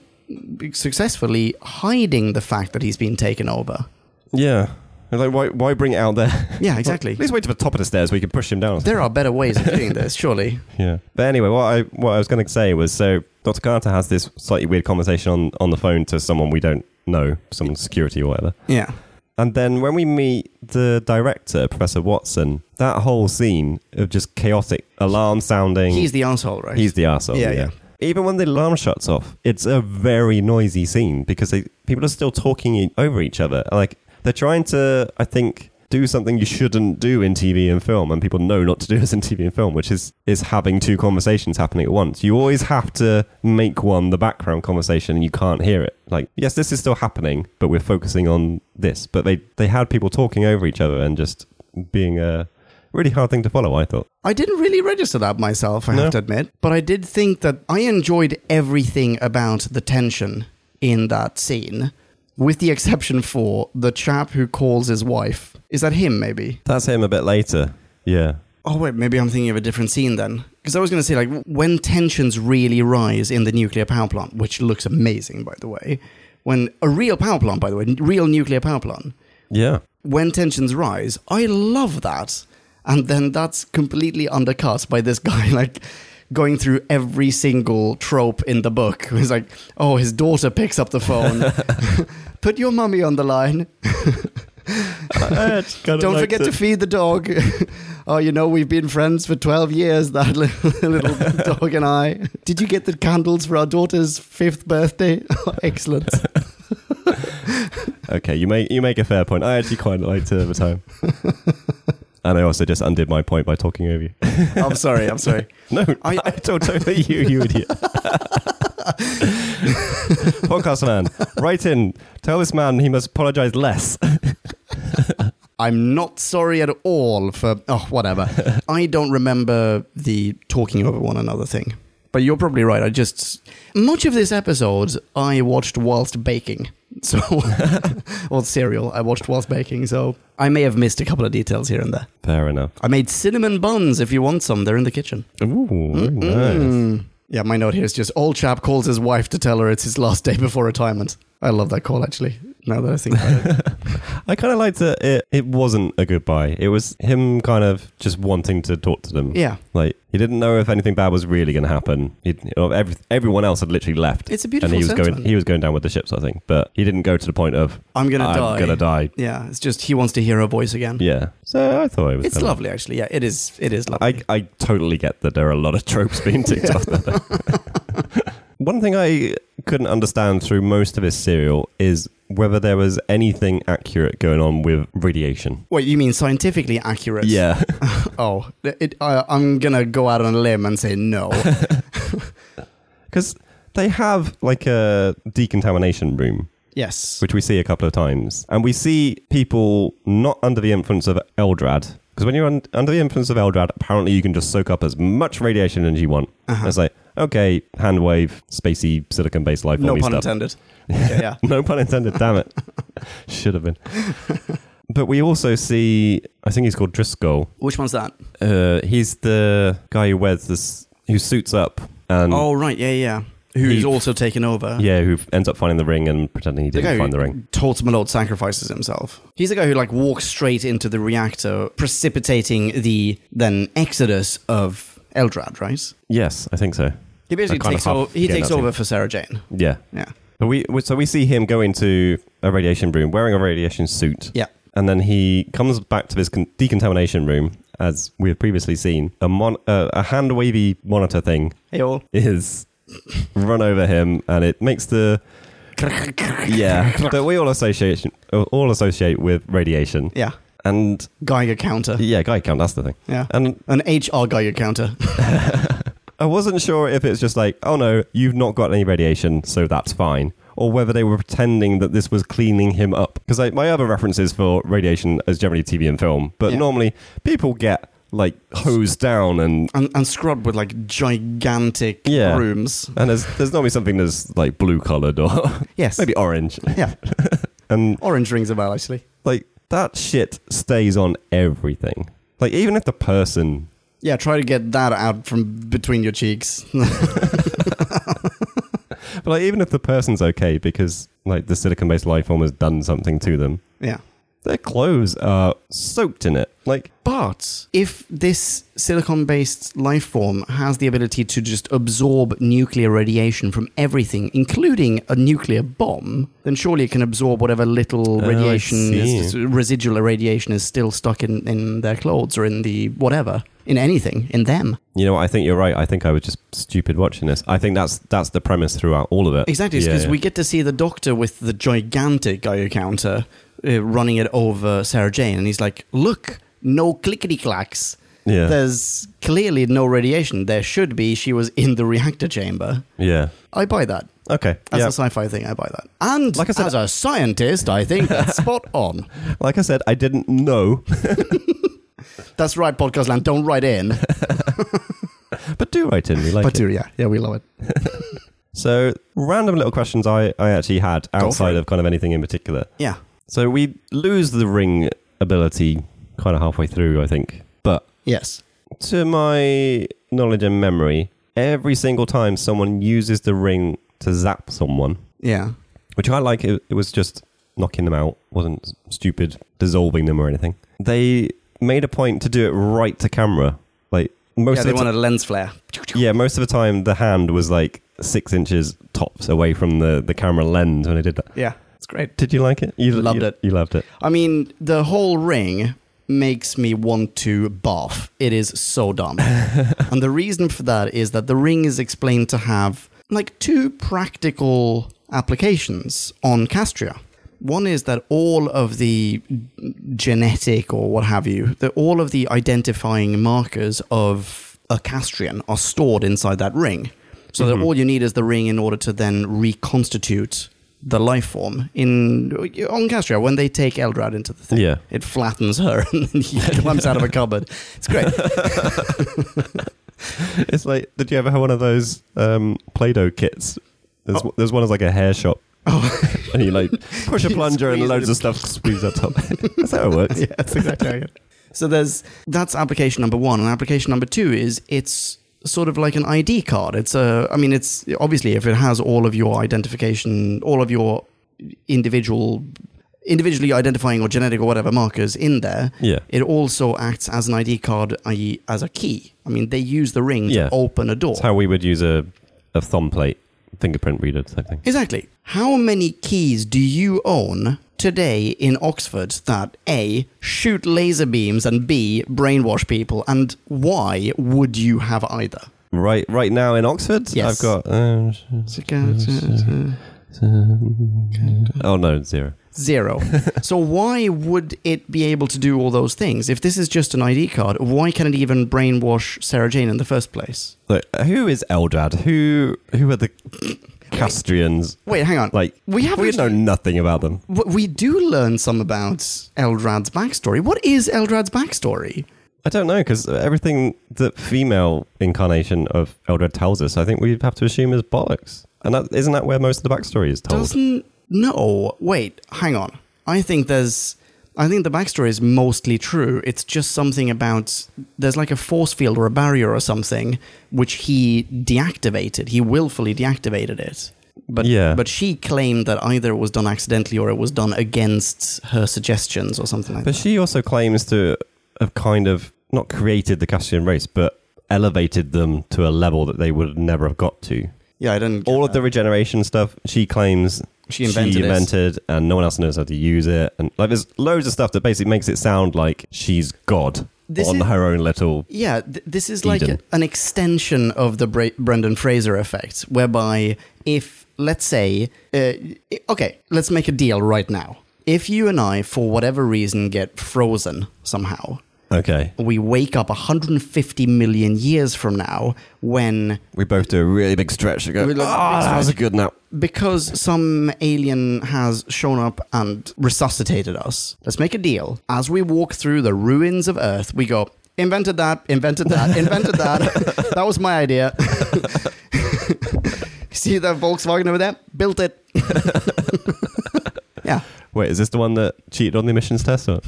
S1: successfully hiding the fact that he's been taken over.
S2: Yeah. And, Like why why bring it out there?
S1: Yeah, exactly.
S2: <laughs> At least wait to the top of the stairs where you can push him down.
S1: <laughs> There are better ways of doing this, surely.
S2: Yeah. But anyway, what I what I was going to say was so Dr. Carter has this slightly weird conversation on, on the phone to someone we don't know, someone security or whatever.
S1: Yeah.
S2: And then when we meet the director, Professor Watson, that whole scene of just chaotic alarm sounding.
S1: He's the asshole, right?
S2: He's the arsehole.
S1: Yeah,
S2: Yeah,
S1: yeah.
S2: Even when the alarm shuts off, it's a very noisy scene because they, people are still talking e- over each other. Like they're trying to, I think, do something you shouldn't do in TV and film, and people know not to do this in TV and film, which is is having two conversations happening at once. You always have to make one the background conversation, and you can't hear it. Like, yes, this is still happening, but we're focusing on this. But they they had people talking over each other and just being a really hard thing to follow. I thought.
S1: I didn't really register that myself, I
S2: No.
S1: have to admit. But I did think that I enjoyed everything about the tension in that scene, with the exception for the chap who calls his wife. Is that him, maybe?
S2: That's him a bit later. Yeah.
S1: Oh, wait, maybe I'm thinking of a different scene then. Because I was going to say, like, when tensions really rise in the nuclear power plant, which looks amazing, by the way, when a real power plant, by the way, real nuclear power plant,
S2: Yeah.
S1: when tensions rise, I love that. And then that's completely undercut by this guy, <laughs> like going through every single trope in the book. <laughs> He's like, <laughs> oh, his daughter picks up the phone. Put your mummy on the line. Don't forget to feed the dog. <laughs> oh, you know, we've been friends for 12 years, <laughs> that little, little <laughs> dog and I. Did you get the candles for our daughter's fifth birthday? <laughs> Oh, Excellent.
S2: Okay, you make you make a fair point. I actually quite liked it at
S1: <laughs>
S2: the time, and I also just undid my point by talking over you. <laughs>
S1: I'm sorry. I'm sorry.
S2: No, I,
S1: I-
S2: I told totally you, you
S1: <laughs>
S2: idiot. Podcast man, write in. Tell this man he must apologize less.
S1: I'm not sorry at all for. Oh,
S2: <laughs>
S1: whatever. I don't remember the talking over one another thing. But you're probably right. I just. Much of this episode I watched whilst baking. <laughs>
S2: <laughs>
S1: So. or cereal I watched whilst baking. So I may have missed a couple of details here and there.
S2: Fair enough.
S1: I made cinnamon buns if you want some. They're in the kitchen.
S2: Ooh, very nice.
S1: Mm. Yeah, my note here is just old chap calls his wife to tell her it's his last day before retirement. I love that call actually. Now that I think
S2: <laughs>
S1: about it.
S2: I kind of liked that it, it wasn't a goodbye. It was him kind of just wanting to talk to them.
S1: Yeah.
S2: Like, he didn't know if anything bad was really going to happen. He'd, you know, every, everyone else had literally left.
S1: It's a
S2: and
S1: beautiful
S2: he was going
S1: sentiment.
S2: he was going down with the ships, I think. But he didn't go to the point of,
S1: I'm gonna
S2: I'm
S1: die.
S2: going to die.
S1: Yeah, it's just he wants to hear her voice again.
S2: Yeah. So I thought it was
S1: It's
S2: kinda-
S1: lovely actually. Yeah, it is it is lovely.
S2: I, I totally get that there are a lot of tropes being ticked off
S1: <laughs>
S2: there. though. One thing I couldn't understand through most of his serial is whether there was anything accurate going on with radiation.
S1: Wait, you mean scientifically accurate?
S2: Yeah.
S1: <laughs>
S2: <laughs>
S1: Oh, it, I, I'm gonna go out on a limb and say
S2: <laughs>
S1: no.
S2: Because they have like a decontamination room,
S1: yes.
S2: which we see a couple of times. And we see people not under the influence of Eldrad. Because when you're un- under the influence of Eldrad, apparently you can just soak up as much radiation as you want.
S1: Uh-huh.
S2: And It's like, okay, hand wave, spacey, silicon based life
S1: no
S2: formy
S1: pun
S2: stuff.
S1: intended. Okay, yeah.
S2: <laughs> No pun intended,
S1: <laughs>
S2: damn it. Should have been. But we also see, I think he's called Driscoll.
S1: Which one's that?
S2: Uh, he's the guy who wears this, who suits up and
S1: oh right, yeah, yeah. Who's
S2: He-
S1: also taken over?
S2: Yeah, who f- ends up finding the ring and pretending he
S1: The guy
S2: didn't
S1: who
S2: find the ring.
S1: Told Malone sacrifices himself. He's the guy who like walks straight into the reactor, precipitating the then exodus of Eldrad. Right?
S2: Yes, I think so.
S1: He basically
S2: I kinda
S1: takes
S2: half
S1: over. He
S2: get
S1: takes
S2: that
S1: over for Sarah Jane.
S2: Yeah.
S1: Yeah.
S2: But we we- so we see him go into a radiation room wearing a radiation suit.
S1: Yeah.
S2: And then he comes back to this con- decontamination room as we have previously seen. A mon- uh, a hand wavy monitor thing
S1: Hey all.
S2: is <laughs> run over him and it makes the yeah that we all associate all associate with radiation
S1: Yeah.
S2: and
S1: Geiger counter.
S2: yeah guy count that's the thing
S1: Yeah.
S2: and
S1: An HR Geiger counter.
S2: I wasn't sure if it's just like, oh no, you've not got any radiation, so that's fine. Or whether they were pretending that this was cleaning him up. Because like, my other references for radiation is generally TV and film, but
S1: Yeah.
S2: normally people get like hosed down and.
S1: <laughs> and, and scrubbed with like gigantic
S2: Yeah.
S1: brooms.
S2: And there's, there's normally something that's like blue coloured or <laughs>
S1: Yes.
S2: maybe orange.
S1: Yeah.
S2: And
S1: Orange rings a bell actually.
S2: like that shit stays on everything. Like even if the person
S1: Yeah. Try to get that out from between your cheeks. <laughs>
S2: but like even if the person's okay because like the silicon based life form has done something to them,
S1: yeah.
S2: their clothes are soaked in it. Like,
S1: But if this silicon based life form has the ability to just absorb nuclear radiation from everything, including a nuclear bomb, then surely it can absorb whatever little
S2: Oh, I
S1: radiation, is,
S2: see.
S1: residual radiation is still stuck in, in their clothes or in the whatever, in anything, in them.
S2: you know, what? I think you're right. I think I was just stupid watching this. I think that's that's the premise throughout all of it.
S1: Exactly,
S2: Yeah,
S1: because
S2: yeah.
S1: we get to see the doctor with the gigantic Gaia counter uh, running it over Sarah Jane, and he's like, look, no clickety clacks.
S2: yeah,
S1: There's clearly no radiation. There should be. She was in the reactor chamber.
S2: yeah.
S1: I buy that.
S2: Okay,
S1: As
S2: yeah.
S1: a sci-fi thing, I buy that. And
S2: Like I said-
S1: as a scientist, I think
S2: <laughs>
S1: that's spot on.
S2: like I said, I didn't know, <laughs>
S1: That's right, podcast land. Don't write in,
S2: but do write in. We like
S1: but
S2: it.
S1: do, yeah, yeah, we love it.
S2: So, random little questions I I actually had
S1: for
S2: outside
S1: it.
S2: of kind of anything in particular.
S1: Yeah,
S2: So we lose the ring ability kind of halfway through, I think. But
S1: yes,
S2: to my knowledge and memory, every single time someone uses the ring to zap someone,
S1: yeah.
S2: which I like. It, it was just knocking them out, wasn't s- stupid dissolving them or anything. They made a point to do it right to camera. Like most
S1: yeah,
S2: of
S1: they
S2: the ti-
S1: wanted a lens flare.
S2: yeah, most of the time the hand was like six inches tops away from the the camera lens when I did that.
S1: Yeah,
S2: It's great. Did you like it? You
S1: Loved
S2: you-
S1: it.
S2: You loved
S1: <laughs>
S2: it.
S1: I mean, the whole ring makes me want to barf. It is so dumb. and the reason for that is that the ring is explained to have like two practical applications on Castria. One is that all of the genetic or what have you, that all of the identifying markers of a Castrian are stored inside that ring. So that all you need is the ring in order to then reconstitute the life form in on Castria when they take Eldrad into the thing.
S2: Yeah.
S1: It flattens her <laughs> and then he comes out of a cupboard. It's great.
S2: It's like, did you ever have one of those um, Play-Doh kits? There's, there's one that's like a hair shop.
S1: <laughs> Oh,
S2: <laughs> And you like
S1: <laughs>
S2: push a
S1: You
S2: plunger and
S1: squeeze
S2: loads
S1: it.
S2: of stuff squeezes up top. <laughs> that's how it <laughs>
S1: <laughs>
S2: works.
S1: yeah, that's exactly how you So there's that's application number one, and application number two is it's sort of like an ID card. It's a, I mean, it's obviously if it has all of your identification, all of your individual, individually identifying or genetic or whatever markers in there,
S2: Yeah.
S1: it also acts as an ID card, i.e., as a key. I mean, they use the ring
S2: Yeah.
S1: to open a door.
S2: It's how we would use a, a thumb plate fingerprint reader type thing.
S1: Exactly. How many keys do you own today in Oxford that A, shoot laser beams and B, brainwash people? And why would you have either?
S2: Right, right now in Oxford,
S1: Yes.
S2: I've got uh, oh no zero. <laughs>
S1: Zero. so why would it be able to do all those things? If this is just an ID card, why can it even brainwash Sarah Jane in the first place?
S2: Look, who is Eldrad? Who who are the Castrians?
S1: Wait, hang on.
S2: Like
S1: we have
S2: we know nothing about them.
S1: we do learn some about Eldrad's backstory. What is Eldrad's backstory?
S2: I don't know because everything the female incarnation of Eldred tells us, I think we have to assume is bollocks. And that, isn't that where most of the backstory is told?
S1: Doesn't no. Wait, hang on. I think there's. I think the backstory is mostly true. It's just something about there's like a force field or a barrier or something which he deactivated. He willfully deactivated it. But
S2: Yeah.
S1: but she claimed that either it was done accidentally or it was done against her suggestions or something like
S2: But
S1: that.
S2: she also claims to have kind of not created the Castrian race, but elevated them to a level that they would never have got to.
S1: Yeah, I don't.
S2: All of the regeneration stuff, she claims
S1: She invented it.
S2: invented and no one else knows how to use it. And like, there's loads of stuff that basically makes it sound like she's God
S1: This
S2: on
S1: is-
S2: her own little.
S1: Yeah, th- this is like
S2: Eden.
S1: an extension of the Bra- Brendan Fraser effect, whereby if, let's say, uh, i- okay, let's make a deal right now. If you and I, for whatever reason, get frozen somehow,
S2: Okay.
S1: we wake up 150 million years from now when,
S2: We both do a really big stretch and go,
S1: We
S2: oh,
S1: love the big
S2: that was a good nap.
S1: because some alien has shown up and resuscitated us, let's make a deal. As we walk through the ruins of Earth, we go, invented that, invented
S2: <laughs>
S1: that, invented that. <laughs> that was my idea. <laughs> See that Volkswagen over there? Built it. <laughs> yeah.
S2: Wait, is this the one that cheated on the emissions test? Or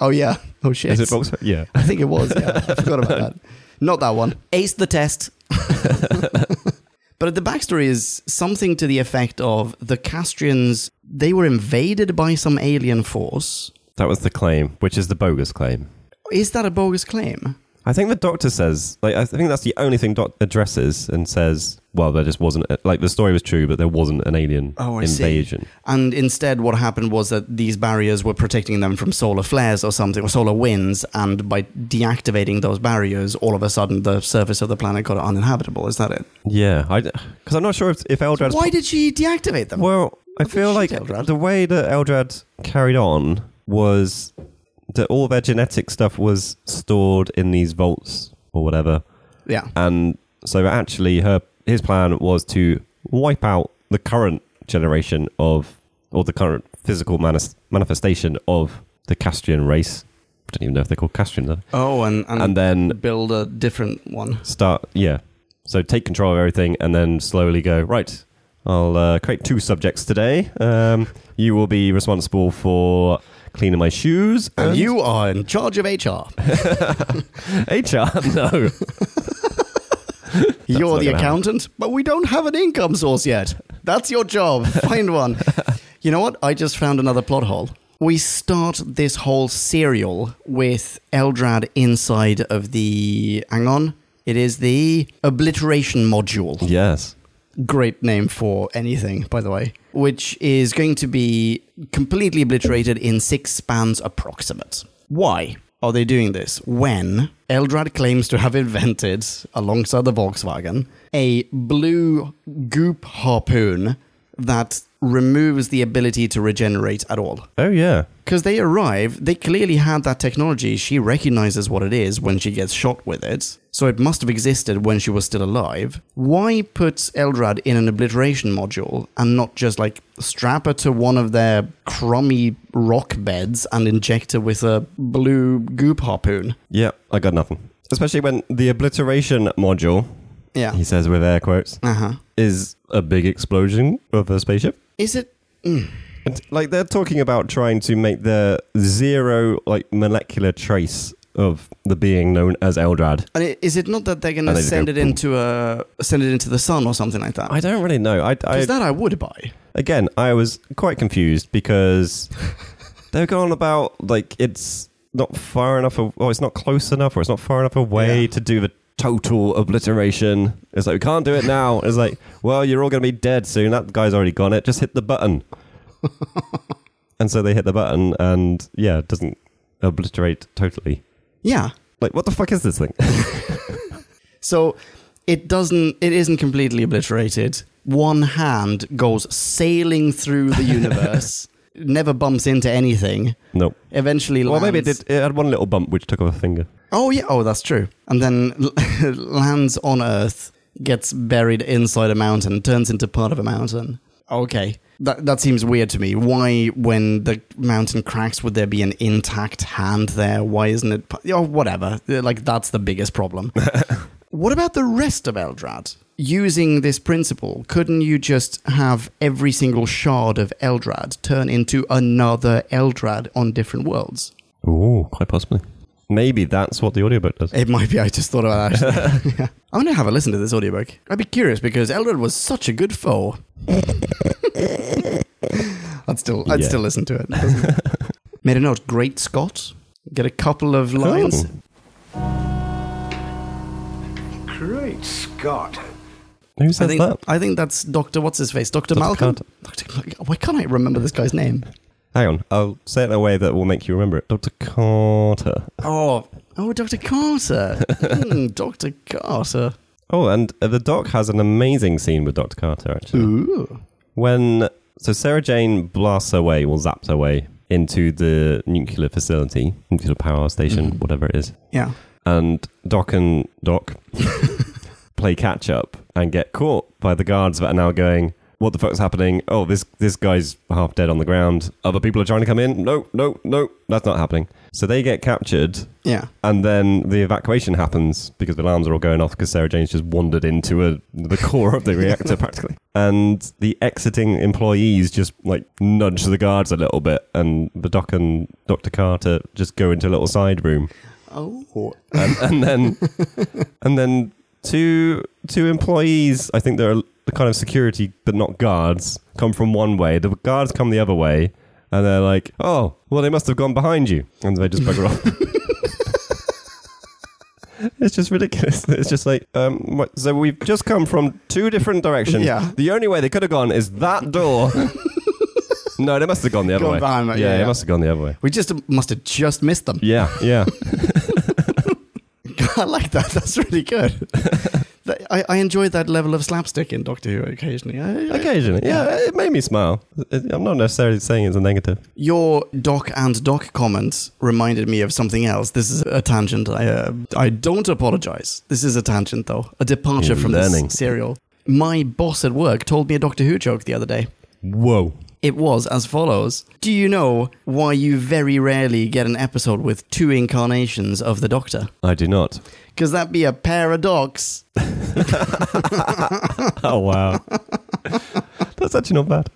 S1: Oh, yeah. Oh, shit.
S2: is it Volkswagen? Yeah.
S1: I think it was. Yeah, I forgot about <laughs> that. Not that one. Ace the test. <laughs> but the backstory is something to the effect of the Castrians. They were invaded by some alien force.
S2: That was the claim, which is the bogus claim.
S1: Is that a bogus claim?
S2: I think the doctor says, like, I think that's the only thing Doc addresses and says, well, there just wasn't, a, like, the story was true, but there wasn't an alien
S1: Oh, I see.
S2: invasion.
S1: And instead, what happened was that these barriers were protecting them from solar flares or something, or solar winds. And by deactivating those barriers, all of a sudden, the surface of the planet got uninhabitable. Is that it?
S2: Yeah. Because I'm not sure if, if Eldrad's.
S1: Why did she deactivate them?
S2: well, I
S1: What did
S2: feel
S1: she
S2: like
S1: tell Eldrad?
S2: the way that Eldrad carried on was that all their genetic stuff was stored in these vaults or whatever.
S1: yeah.
S2: and so actually her his plan was to wipe out the current generation of or the current physical manis- manifestation of the Castrian race. I don't even know if they're called Castrians. Are they?
S1: Oh, and, and,
S2: And then
S1: build a different one.
S2: start yeah. So take control of everything and then slowly go right. I'll uh, create two subjects today. Um, you will be responsible for cleaning my shoes.
S1: And
S2: <laughs>
S1: you are in charge of HR.
S2: HR,
S1: <laughs>
S2: no.
S1: You're
S2: not
S1: the
S2: gonna
S1: accountant, but we don't have an income source yet. That's your
S2: <laughs>
S1: job. Find one. you know what? I just found another plot hole. We start this whole serial with Eldrad inside of the. Hang on. It is the obliteration module.
S2: yes.
S1: Great name for anything, by the way. which is going to be completely obliterated in six spans approximate. Why are they doing this? When Eldrad claims to have invented, alongside the Volkswagen, a blue goop harpoon that removes the ability to regenerate at all.
S2: Oh, yeah.
S1: Because they arrive, they clearly had that technology. She recognizes what it is when she gets shot with it. So it must have existed when she was still alive. Why put Eldrad in an obliteration module and not just like strap her to one of their crummy rock beds and inject her with a blue goop harpoon?
S2: Yeah, I got nothing. Especially when the obliteration module,
S1: Yeah.
S2: he says with air quotes,
S1: Uh huh.
S2: is a big explosion of a spaceship.
S1: Is it. hmm.
S2: And, like they're talking about trying to make the zero like molecular trace of the being known as Eldrad.
S1: And i- is it not that they're going
S2: Oh,
S1: to
S2: they just
S1: send
S2: go
S1: it
S2: boom.
S1: into a send it into the sun or something like that?
S2: I don't really know. I, I
S1: Because that I would buy.
S2: again, I was quite
S1: <laughs>
S2: confused because they're going about like it's not far enough, aw- or it's not close enough, or it's not far enough away
S1: Yeah.
S2: to do the total obliteration. It's like we can't do it now. It's like, well, you're all going to be dead soon. That guy's already gone. It just hit
S1: <laughs>
S2: the button, and so they hit the button, and yeah, it doesn't obliterate totally.
S1: Yeah.
S2: Like, what the fuck is this thing? <laughs>
S1: So it doesn't it isn't completely obliterated. One hand goes sailing through
S2: <laughs>
S1: the universe, never bumps into anything.
S2: nope.
S1: Eventually
S2: Well,
S1: lands.
S2: maybe it did. It had one little bump which took off a finger.
S1: Oh yeah, oh that's true. And then <laughs> lands on Earth, gets buried inside a mountain, turns into part of a mountain. Okay. That that seems weird to me. Why when the mountain cracks would there be an intact hand there? Why isn't it pu- oh whatever. Like that's the biggest problem. What about the rest of Eldrad? Using this principle, couldn't you just have every single shard of Eldrad turn into another Eldrad on different worlds?
S2: Oh, quite possibly. Maybe that's what the audiobook does.
S1: It might be. I just thought about that. <laughs> Actually. yeah. I'm going to have a listen to this audiobook. I'd be curious because Eldred was such a good foe. I'd still, I'd
S2: Yeah.
S1: still listen to it. <laughs> Made a note. Great Scott. Get a couple of lines.
S2: Oh.
S6: Great Scott.
S2: Who
S1: I
S2: says
S1: think,
S2: that?
S1: I think that's Doctor. What's his face? Doctor
S2: Dr.
S1: Malcolm. Dr. Malcolm. Why can't I remember this guy's name?
S2: Hang on, I'll say it in a way that will make you remember it. Dr. Carter.
S1: Oh, oh, Doctor Carter. Hmm, Doctor Carter.
S2: Oh, and uh, the doc has an amazing scene with Dr. Carter,
S1: Hmm.
S2: actually.
S1: Ooh.
S2: When, so Sarah Jane blasts her way, or zaps her way, into the nuclear facility, nuclear power station,
S1: Mm-hmm.
S2: whatever it is.
S1: Yeah.
S2: And Doc and Doc play catch up and get caught by the guards that are now going, what the fuck's happening? Oh, this this guy's half dead on the ground. Other people are trying to come in. No, no, no, that's not happening. So they get captured
S1: Yeah.
S2: And then the evacuation happens because the alarms are all going off because Sarah Jane's just wandered into a, the core of the reactor practically. And the exiting employees just like nudge the guards a little bit, and the doc and Dr. Carter just go into a little side room.
S1: Oh.
S2: And, Um, and then, and then two two employees, I think they're the kind of security but not guards, come from one way. The guards come the other way, and they're like, "Oh, well, they must have gone behind you," and they just bugger off. <laughs> It's just ridiculous. It's just like, um, what, so we've just come from two different directions.
S1: Yeah.
S2: The only way they could have gone is that
S1: <laughs>
S2: door. no, they must have gone the other
S1: Gone
S2: way.
S1: behind that, yeah,
S2: they
S1: yeah.
S2: must have gone the other way.
S1: We just must have just missed them.
S2: Yeah, yeah.
S1: <laughs> I like that. That's really good. That- I, I enjoy that level of slapstick in Doctor Who occasionally. I- I-
S2: Occasionally. Yeah, it made me smile. It- I'm not necessarily saying it's a negative.
S1: Your Doc and Doc comments reminded me of something else. This is a tangent. I, uh, I don't apologize. This is a tangent, though. A departure
S2: You're
S1: from
S2: learning.
S1: this serial. My boss at work told me a Doctor Who joke the other day.
S2: Whoa.
S1: It was as follows Do you know why you very rarely get an episode with two incarnations of the Doctor?
S2: I do not.
S1: Because that'd be a paradox.
S2: <laughs> Oh, wow. <laughs> That's actually not bad.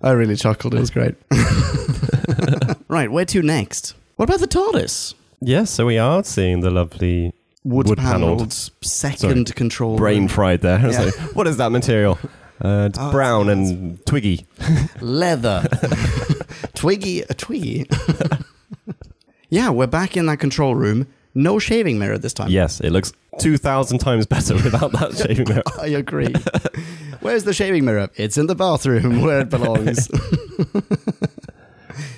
S1: I really chuckled. It was great. <laughs> right, where to next? What about the TARDIS?
S2: Yes, so we are seeing the lovely
S1: Wood,
S2: Wood panelled.
S1: paneled second
S2: Sorry.
S1: control.
S2: brain fried there. It's
S1: Yeah.
S2: like, <laughs> what is that material? Uh, it's
S1: Oh,
S2: brown
S1: it's-
S2: and twiggy.
S1: leather. twiggy, a twiggy. <laughs> yeah, we're back in that control room. No shaving
S2: uh,
S1: mirror this time.
S2: <laughs> Yes, it looks 2,000 times better without that shaving mirror.
S1: I agree. Where's the shaving mirror? It's in the bathroom where it belongs.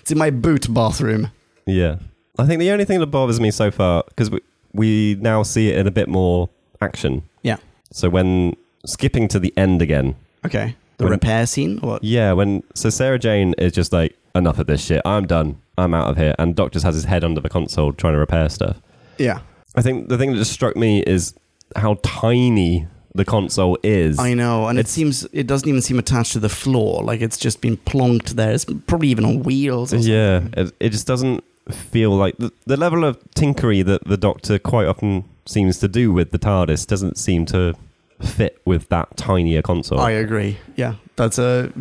S1: it's in my boot bathroom.
S2: Yeah. I think the only thing that bothers me so far, because we, we now see it in a bit more action.
S1: Yeah.
S2: So when skipping to the end again.
S1: Okay. The
S2: When-
S1: repair scene? or What?
S2: Yeah, when. So Sarah Jane is just like, enough of this shit. I'm done. I'm out of here. And Doc just has his head under the console trying to repair stuff.
S1: Yeah.
S2: I think the thing that just struck me is how tiny the console is.
S1: I know, and it seems it doesn't even seem attached to the floor. Like it's just been plonked there. It's probably even on wheels. Or something.
S2: Yeah, it, it just doesn't feel like the, the level of tinkery that the Doctor quite often seems to do with the TARDIS doesn't seem to fit with that tinier console.
S1: I agree. Yeah, that's a,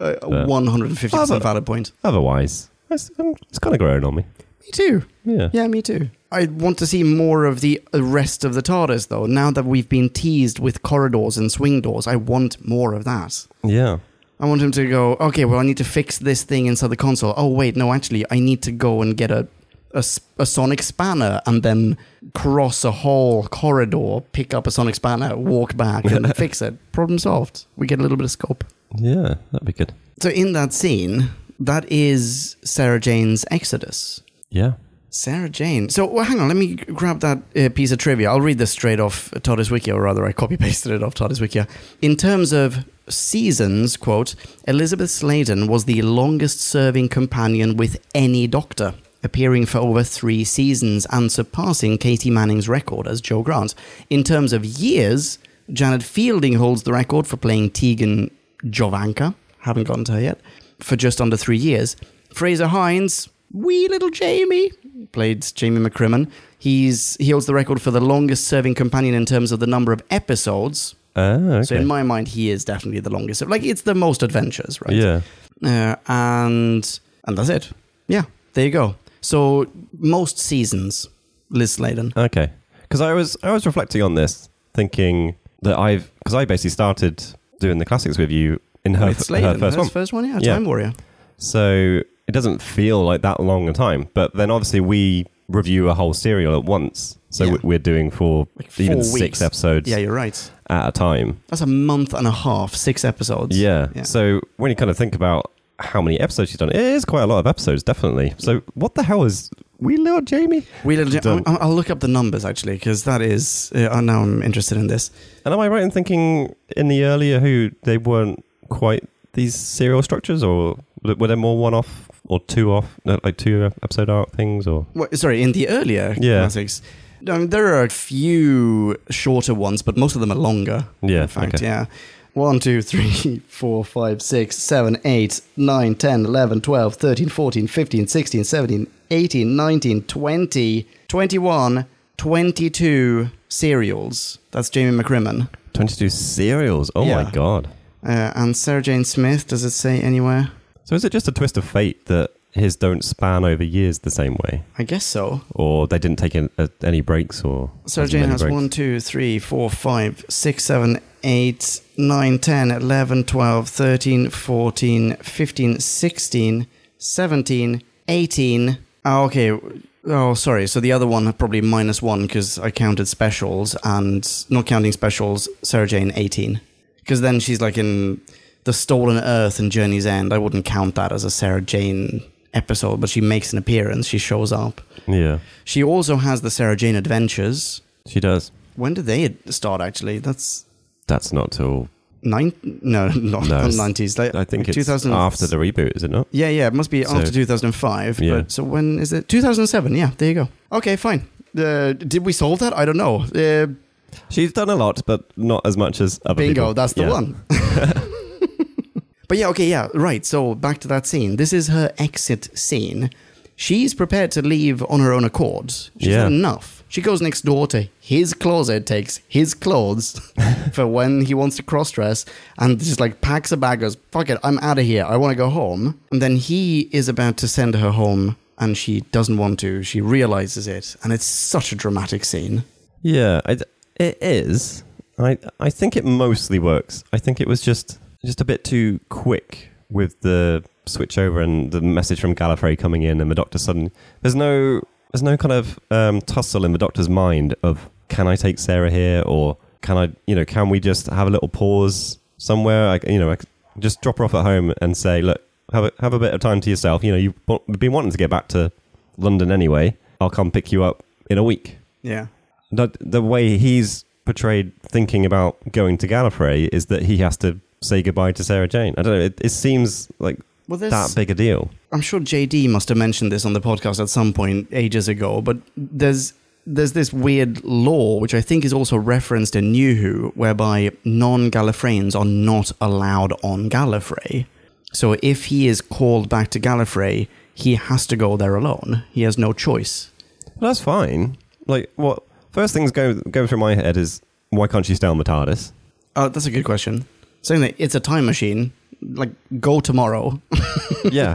S1: a
S2: But-
S1: one hundred and fifty
S2: Oh, but-
S1: percent valid point.
S2: Otherwise, it's, um, it's kind of growing on me.
S1: Me too.
S2: Yeah.
S1: Yeah, me too. I want to see more of the uh, rest of the TARDIS, though. Now that we've been teased with corridors and swing doors, I want more of that.
S2: Yeah.
S1: I want him to go, okay, well, I need to fix this thing inside the console. Oh, wait, no, actually, I need to go and get a, a, s- a sonic spanner and then cross a whole corridor, pick up a sonic spanner, walk back, and fix it. Problem solved. We get a little bit of scope.
S2: Yeah, that'd be good.
S1: So, in that scene, that is Sarah Jane's Exodus.
S2: Yeah.
S1: Sarah Jane. So, well, hang on, let me grab that uh, piece of trivia. I'll read this straight off TARDIS Wiki, or rather, I copy pasted it off TARDIS Wiki. In terms of seasons, quote, Elizabeth Sladen was the longest serving companion with any doctor, appearing for over three seasons and surpassing Katie Manning's record as Joe Grant. In terms of years, Janet Fielding holds the record for playing Tegan Jovanka. Haven't gotten to her yet. For just under three years. Fraser Hines, wee little Jamie, played Jamie McCrimmon. He's he holds the record for the longest serving companion in terms of the number of episodes.
S2: Oh, okay.
S1: So in my mind, he is definitely the longest. Like it's the most adventures, right?
S2: Yeah.
S1: Uh, and and that's it. Yeah, there you go. So most seasons, Liz Sladen.
S2: Okay. Because I was I was reflecting on this, thinking that I've because I basically started doing the classics with you in her,
S1: With
S2: f-
S1: Sladen,
S2: her
S1: that's
S2: first one.
S1: first one, yeah,
S2: Yeah.
S1: Time Warrior.
S2: So it doesn't feel like that long a time. But then obviously we review a whole serial at once. So
S1: Yeah.
S2: we- we're doing four,
S1: Like four
S2: even
S1: weeks.
S2: six episodes
S1: Yeah, you're right.
S2: at a time.
S1: That's a month and a half, six episodes.
S2: Yeah.
S1: Yeah.
S2: So when you kind of think about how many episodes she's done, it is quite a lot of episodes, definitely. So what the hell is we little Jamie?
S1: We little,
S2: Don't-
S1: I'll, I'll look up the numbers actually because that is. Uh, oh, now I'm interested in this.
S2: And am I right in thinking in the earlier Who they weren't quite these serial structures, or were there more one-off or two-off, uh, like two episode arc things, or
S1: Well, sorry, in the earlier
S2: Yeah.
S1: classics. I mean, there are a few shorter ones, but most of them are longer.
S2: Yeah,
S1: In fact,
S2: okay.
S1: yeah. 1, 2, <laughs> 3, 4, 5, 6, 7, 8, 9, 10, 11, 12, 13, 14, 15, 16, 17, 18, 19, 20, 21, 22 serials. That's Jamie McCrimmon.
S2: twenty-two serials? Oh
S1: Yeah.
S2: my god!
S1: Uh, and Sarah Jane Smith, does it say anywhere?
S2: So is it just a twist of fate that his don't span over years the same way,
S1: I guess so.
S2: or they didn't take in, uh, any breaks, or
S1: So
S2: as
S1: Jane
S2: many
S1: has
S2: breaks?
S1: one, two, three, four, five, six, seven, eight, nine, 10, 11, 12, 13, 14, 15, 16, 17, 18. Oh, okay. Oh, sorry. So the other one probably minus one because I counted specials and not counting specials, Sarah Jane 18. Because then she's like in The Stolen Earth and Journey's End. I wouldn't count that as a Sarah Jane episode, but she makes an appearance. She shows up.
S2: Yeah,
S1: She also has the Sarah Jane Adventures.
S2: she does.
S1: When did they start? Actually, that's
S2: That's not till
S1: nine. No, <laughs> not
S2: No, it's-
S1: nineties. Like,
S2: I think it's
S1: 2000
S2: after the reboot, is it not?
S1: Yeah, yeah, it must be
S2: So-
S1: after two thousand five.
S2: Yeah.
S1: But so when is it? Two thousand seven. Yeah, there you go. Okay, fine. Uh, did we solve that? I don't know. Uh,
S2: She's done a lot, but not as much as other
S1: bingo,
S2: people.
S1: that's the
S2: Yeah. <laughs>
S1: one. but yeah, okay, yeah, right. So back to that scene. This is her exit scene. She's prepared to leave on her own accord. She's
S2: Yeah.
S1: had enough. She goes next door to his closet, takes his
S2: <laughs>
S1: clothes for when he wants to cross dress, and just like packs a bag, goes, fuck it, I'm out of here. I want to go home. And then he is about to send her home, and she doesn't want to. She realizes it. And it's such a dramatic scene.
S2: Yeah, I d it is. I I think it mostly works. I think it was just just a bit too quick with the switch over and the message from Gallifrey coming in and the Doctor suddenly. There's no there's no kind of um, tussle in the Doctor's mind of can I take Sarah here or can I you know can we just have a little pause somewhere. Like you know, like, just drop her off at home and say, look, have a, have a bit of time to yourself. You know, you've wa- been wanting to get back to London anyway. I'll come pick you up in a week.
S1: Yeah.
S2: The, the way he's portrayed thinking about going to Gallifrey is that he has to say goodbye to Sarah Jane. I don't know. It, it seems like
S1: Well, there's-
S2: that big a deal.
S1: I'm sure JD must have mentioned this on the podcast at some point ages ago, but there's there's this weird law which I think is also referenced in New Who, whereby non-Gallifreyans are not allowed on Gallifrey. So if he is called back to Gallifrey, he has to go there alone. He has no choice.
S2: Well, that's fine. Like, what? First things go going through my head is why can't she stay on
S1: <laughs>
S2: the TARDIS?
S1: Oh, that's a good question. Saying that it's a time machine, like go tomorrow. <laughs>
S2: Yeah,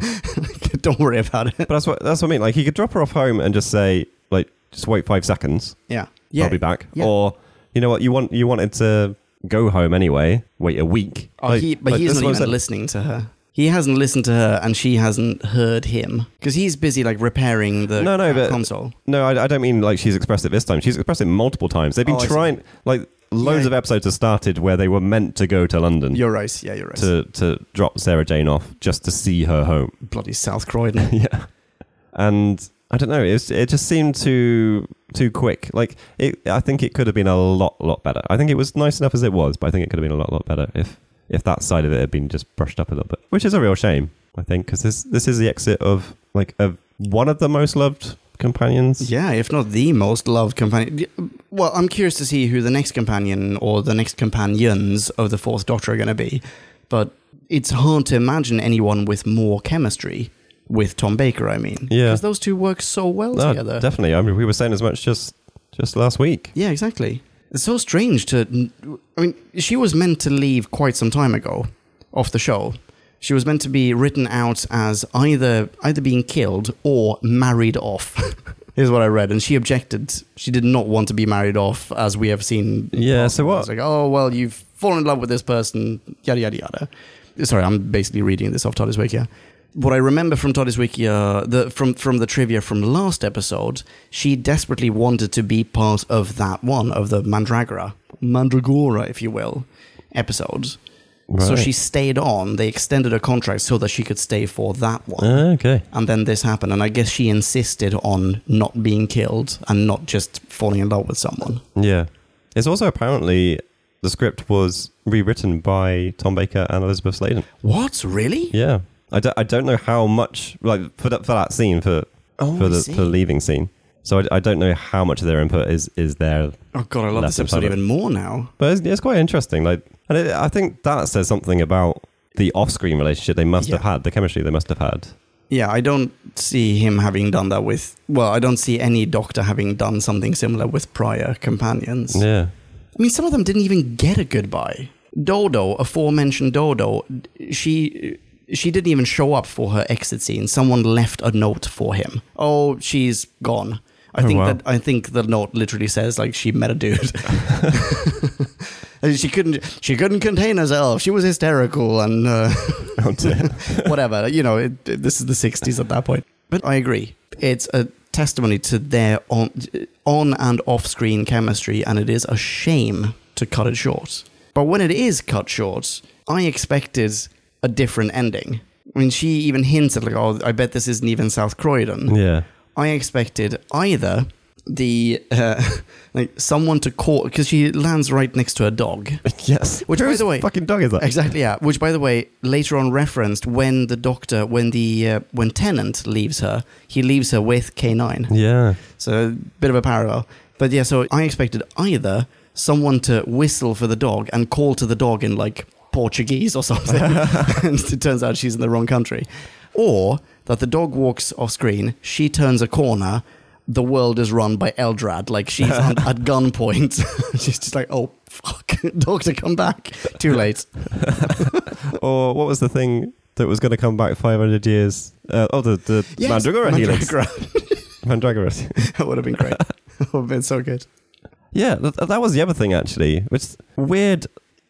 S1: Don't worry about it.
S2: but that's what that's what I mean. Like, he could drop her off home and just say, like, just wait five seconds.
S1: Yeah. Yeah.
S2: I'll be back.
S1: Yeah.
S2: Or you know what? You want you wanted to go home anyway. Wait a week.
S1: Oh,
S2: Like-
S1: he, but
S2: like,
S1: he's
S2: that's
S1: not
S2: what I'm
S1: even
S2: saying.
S1: listening to her. He hasn't listened to her, and she hasn't heard him because he's busy like repairing the
S2: No, no, but-
S1: console.
S2: No, I, I don't mean like she's expressed it this time. She's expressed it multiple times. They've been
S1: Oh, I see.
S2: trying like loads
S1: Yeah.
S2: of episodes have started where they were meant to go to London
S1: You're right. Yeah, you're right.
S2: to to drop Sarah Jane off just to see her home.
S1: Bloody South Croydon.
S2: <laughs> yeah and i don't know it, was, it just seemed too too quick like it i think it could have been a lot lot better i think it was nice enough as it was but i think it could have been a lot lot better if if that side of it had been just brushed up a little bit which is a real shame i think because this this is the exit of like of one of the most loved
S1: <laughs>
S2: companions
S1: yeah, if not the most loved companion. Well, I'm curious to see who the next companion or the next companions of the Fourth Doctor are going to be, but it's hard to imagine anyone with more chemistry with Tom Baker. I mean,
S2: Yeah.
S1: because those two work so well
S2: No,
S1: together.
S2: definitely i mean we were saying as much just just last week
S1: Yeah, exactly. It's so strange to. I mean, she was meant to leave quite some time ago off the show. She was meant to be written out as either either being killed or married off. <laughs> is what I read, and she objected. She did not want to be married off, as we have seen. in the
S2: Yeah,
S1: past.
S2: so what-
S1: It's like, oh well, you've fallen in love with this person, yada yada yada. Sorry, I'm basically reading this off TARDIS Wikia. What I remember from TARDIS Wikia, the, from from the trivia from last episode, she desperately wanted to be part of that one of the Mandragora, Mandragora, if you will, episodes. So
S2: Right.
S1: she stayed on. They extended her contract so that she could stay for that one.
S2: Ah, okay
S1: And then this happened, and I guess she insisted on not being killed and not just falling in love with someone.
S2: yeah it's also apparently the script was rewritten by tom baker and elizabeth sladen
S1: What? Really?
S2: Yeah, I don't, I don't know how much like for that for that scene for
S1: Oh, I
S2: for the
S1: see.
S2: for the leaving scene. So I, I don't know how much of their input is is there,
S1: Oh god, I love
S2: Left
S1: this episode
S2: inside it.
S1: even more now.
S2: but it's, it's quite interesting. Like, and it, I think that says something about the off-screen relationship they must have
S1: Yeah.
S2: had, the chemistry they must have had.
S1: Yeah, I don't see him having done that with. Well, I don't see any doctor having done something similar with prior companions.
S2: <laughs> Yeah,
S1: I mean, some of them didn't even get a goodbye. Dodo, aforementioned Dodo, she she didn't even show up for her exit scene. Someone left a note for him. Oh, she's gone. I
S2: Oh,
S1: think
S2: wow.
S1: that I think the note literally says like she met a
S2: <laughs>
S1: dude. <laughs> And she couldn't she couldn't contain herself. She was hysterical and uh,
S2: Oh,
S1: <laughs>
S2: dear.
S1: whatever. You know, it, it- this is the '60s at that point. But I agree. It's a testimony to their on, on and off screen chemistry, and it is a shame to cut it short. But when it is cut short, I expected a different ending. I mean, she even hints at like, "Oh, I bet this isn't even South Croydon."
S2: yeah,
S1: I expected either the uh, <laughs> like someone to call because she lands right next to a dog.
S2: <laughs> yes.
S1: Which, by
S2: Whose
S1: the way-
S2: fucking dog is that?
S1: Exactly, yeah. Which, by the way, later on referenced when the doctor, when the uh, when Tennant leaves her, he leaves her with K nine.
S2: Yeah,
S1: So a bit of a parallel. But yeah, so I expected either someone to whistle for the dog and call to the dog in like Portuguese or something, and it turns out she's in the wrong country, or that the dog walks off screen, she turns a corner. The world is run by Eldrad. Like she's on, at gunpoint. <laughs> she's just like, oh fuck, <laughs> doctor, come back. Too late.
S2: or what was the thing that was going to come back five hundred years? Uh, oh, the the Mandragora helix. <laughs> Mandragora.
S1: <laughs> that would have been great. That would have been so good.
S2: Yeah, th- that was the other thing actually, which is weird.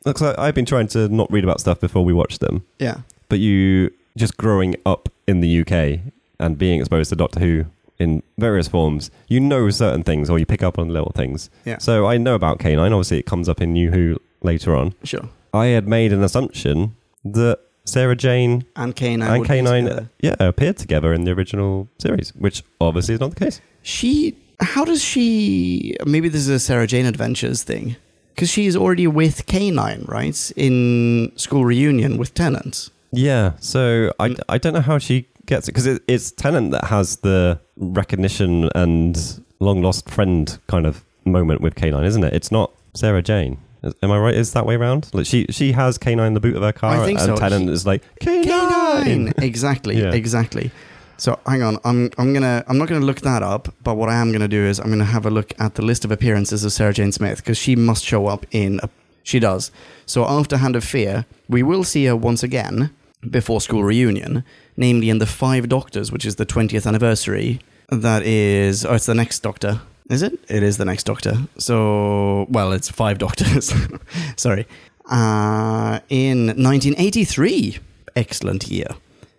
S2: Looks like I've been trying to not read about stuff before we watch them,
S1: Yeah.
S2: but you just growing up in the UK and being exposed to Doctor Who in various forms, you know certain things or you pick up on little things.
S1: Yeah.
S2: So I know about K9. Obviously, it comes up in New Who later on,
S1: Sure.
S2: I had made an assumption that Sarah Jane
S1: And Canine.
S2: and Canine, yeah, appeared together in the original series, which obviously is not the case.
S1: She. How does she. Maybe this is a Sarah Jane Adventures thing. Because she is already with Canine, right? In school reunion with Tennant.
S2: Yeah, so I,
S1: Mm.
S2: I don't know how she gets it because it, it's Tennant that has the recognition and long lost friend kind of moment with Canine, isn't it? It's not Sarah Jane. Is- Am I right? Is that way around? Like she she has Canine in the boot of her car,
S1: I think
S2: and
S1: so.
S2: Tennant
S1: He-
S2: is like Canine.
S1: Canine. <laughs> Exactly.
S2: Yeah.
S1: Exactly. So hang on, I'm I'm gonna I'm not gonna look that up, but what I am gonna do is I'm gonna have a look at the list of appearances of Sarah Jane Smith because she must show up in a, she does. So after Hand of Fear, we will see her once again before school reunion, namely in the Five Doctors, which is the twentieth anniversary. That is, oh, it's the next Doctor, is it? It is the next Doctor. So well, it's Five Doctors. <laughs> Sorry. Uh, in 1983, excellent year.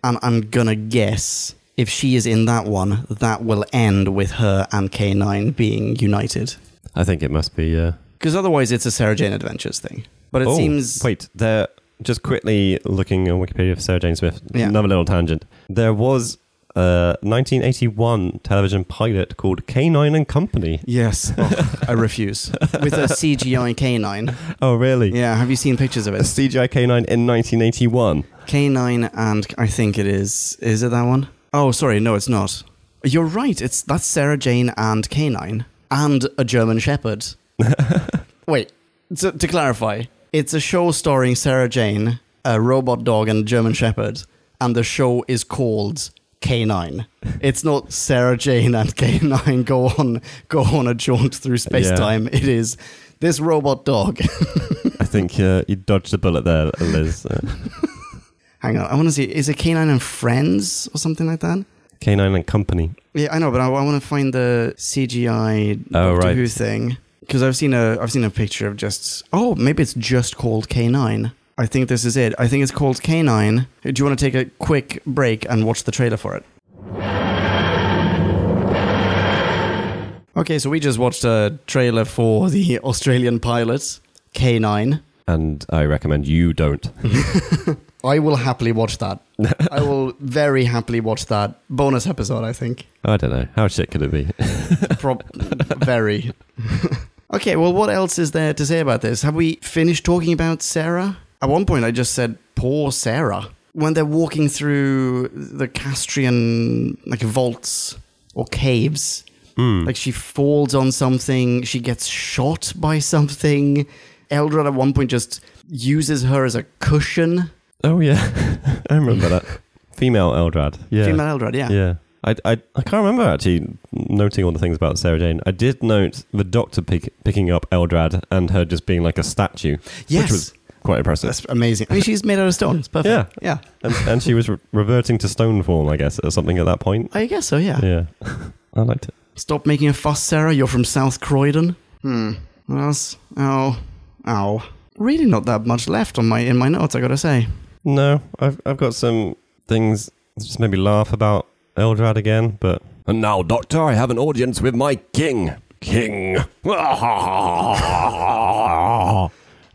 S1: And I'm gonna guess if she is in that one, that will end with her and K9 being united.
S2: I think it must be. Uh,
S1: Because otherwise, it's a Sarah Jane Adventures thing. But it
S2: oh,
S1: seems
S2: Wait, there. Just quickly looking on Wikipedia for Sarah Jane Smith.
S1: Yeah.
S2: Another little tangent. There was a 1981 television pilot called Canine and Company.
S1: yes, oh, <laughs> I
S2: <laughs>
S1: refuse with a CGI K9.
S2: Oh, really?
S1: Yeah, have you seen pictures of
S2: a
S1: it?
S2: CGI canine in 1981.
S1: K9 and I think it is. Is it that one? Oh, sorry, no, it's not. You're right. It's that's Sarah Jane and K9 and a German Shepherd. Wait, to, to clarify, it's a show starring Sarah Jane, a robot dog, and a German Shepherd, and the show is called K9. It's not Sarah Jane and K9 <laughs> go on go on a jaunt through space time. It is this robot dog. <laughs>
S2: I think uh, you dodged a bullet there, Liz. Uh,
S1: Hang on, I want to see. Is it K9 and Friends or something like that?
S2: canine and Company.
S1: Yeah, I know, but I, I want to find the CGI
S2: Oh,
S1: Doctor
S2: right.
S1: Who thing because I've seen a I've seen a picture of just oh maybe it's just called K nine. I think this is it. I think it's called K nine. Do you want to take a quick break and watch the trailer for it? Okay, so we just watched a trailer for the Australian pilot K nine.
S2: And I recommend you don't.
S1: I will happily watch <laughs> that. I will very happily watch that bonus episode. I think.
S2: I don't know. How shit could it be? <laughs>
S1: Prob- very. <laughs> okay, well, what else is there to say about this? Have we finished talking about Sarah? At one point, I just said, poor Sarah. When they're walking through the Castrian, like, vaults or caves, like, she falls on something, she gets shot by something. Eldred at one point just uses her as a cushion.
S2: oh, yeah. <laughs> I remember that. Female Eldrad. Yeah.
S1: Female Eldred, yeah.
S2: Yeah. I, I, I can't remember actually noting all the things about Sarah Jane. I did note the doctor pick, picking up Eldrad and her just being like a statue,
S1: Yes.
S2: which was quite impressive.
S1: That's amazing. I mean, she's made out of stone. It's perfect. Yeah.
S2: Yeah. and, and she was re- reverting to stone form, I guess, or something at that point.
S1: I guess so, yeah.
S2: Yeah. <laughs> I liked it.
S1: Stop making a fuss, Sarah. You're from South Croydon. Hmm. What else? Oh. Ow. Really not that much left on my in my notes, I gotta say.
S2: No, I've I've got some things that just made me laugh about Eldrad again, but and now, Doctor, I have an audience with my king.
S1: <laughs>
S2: King.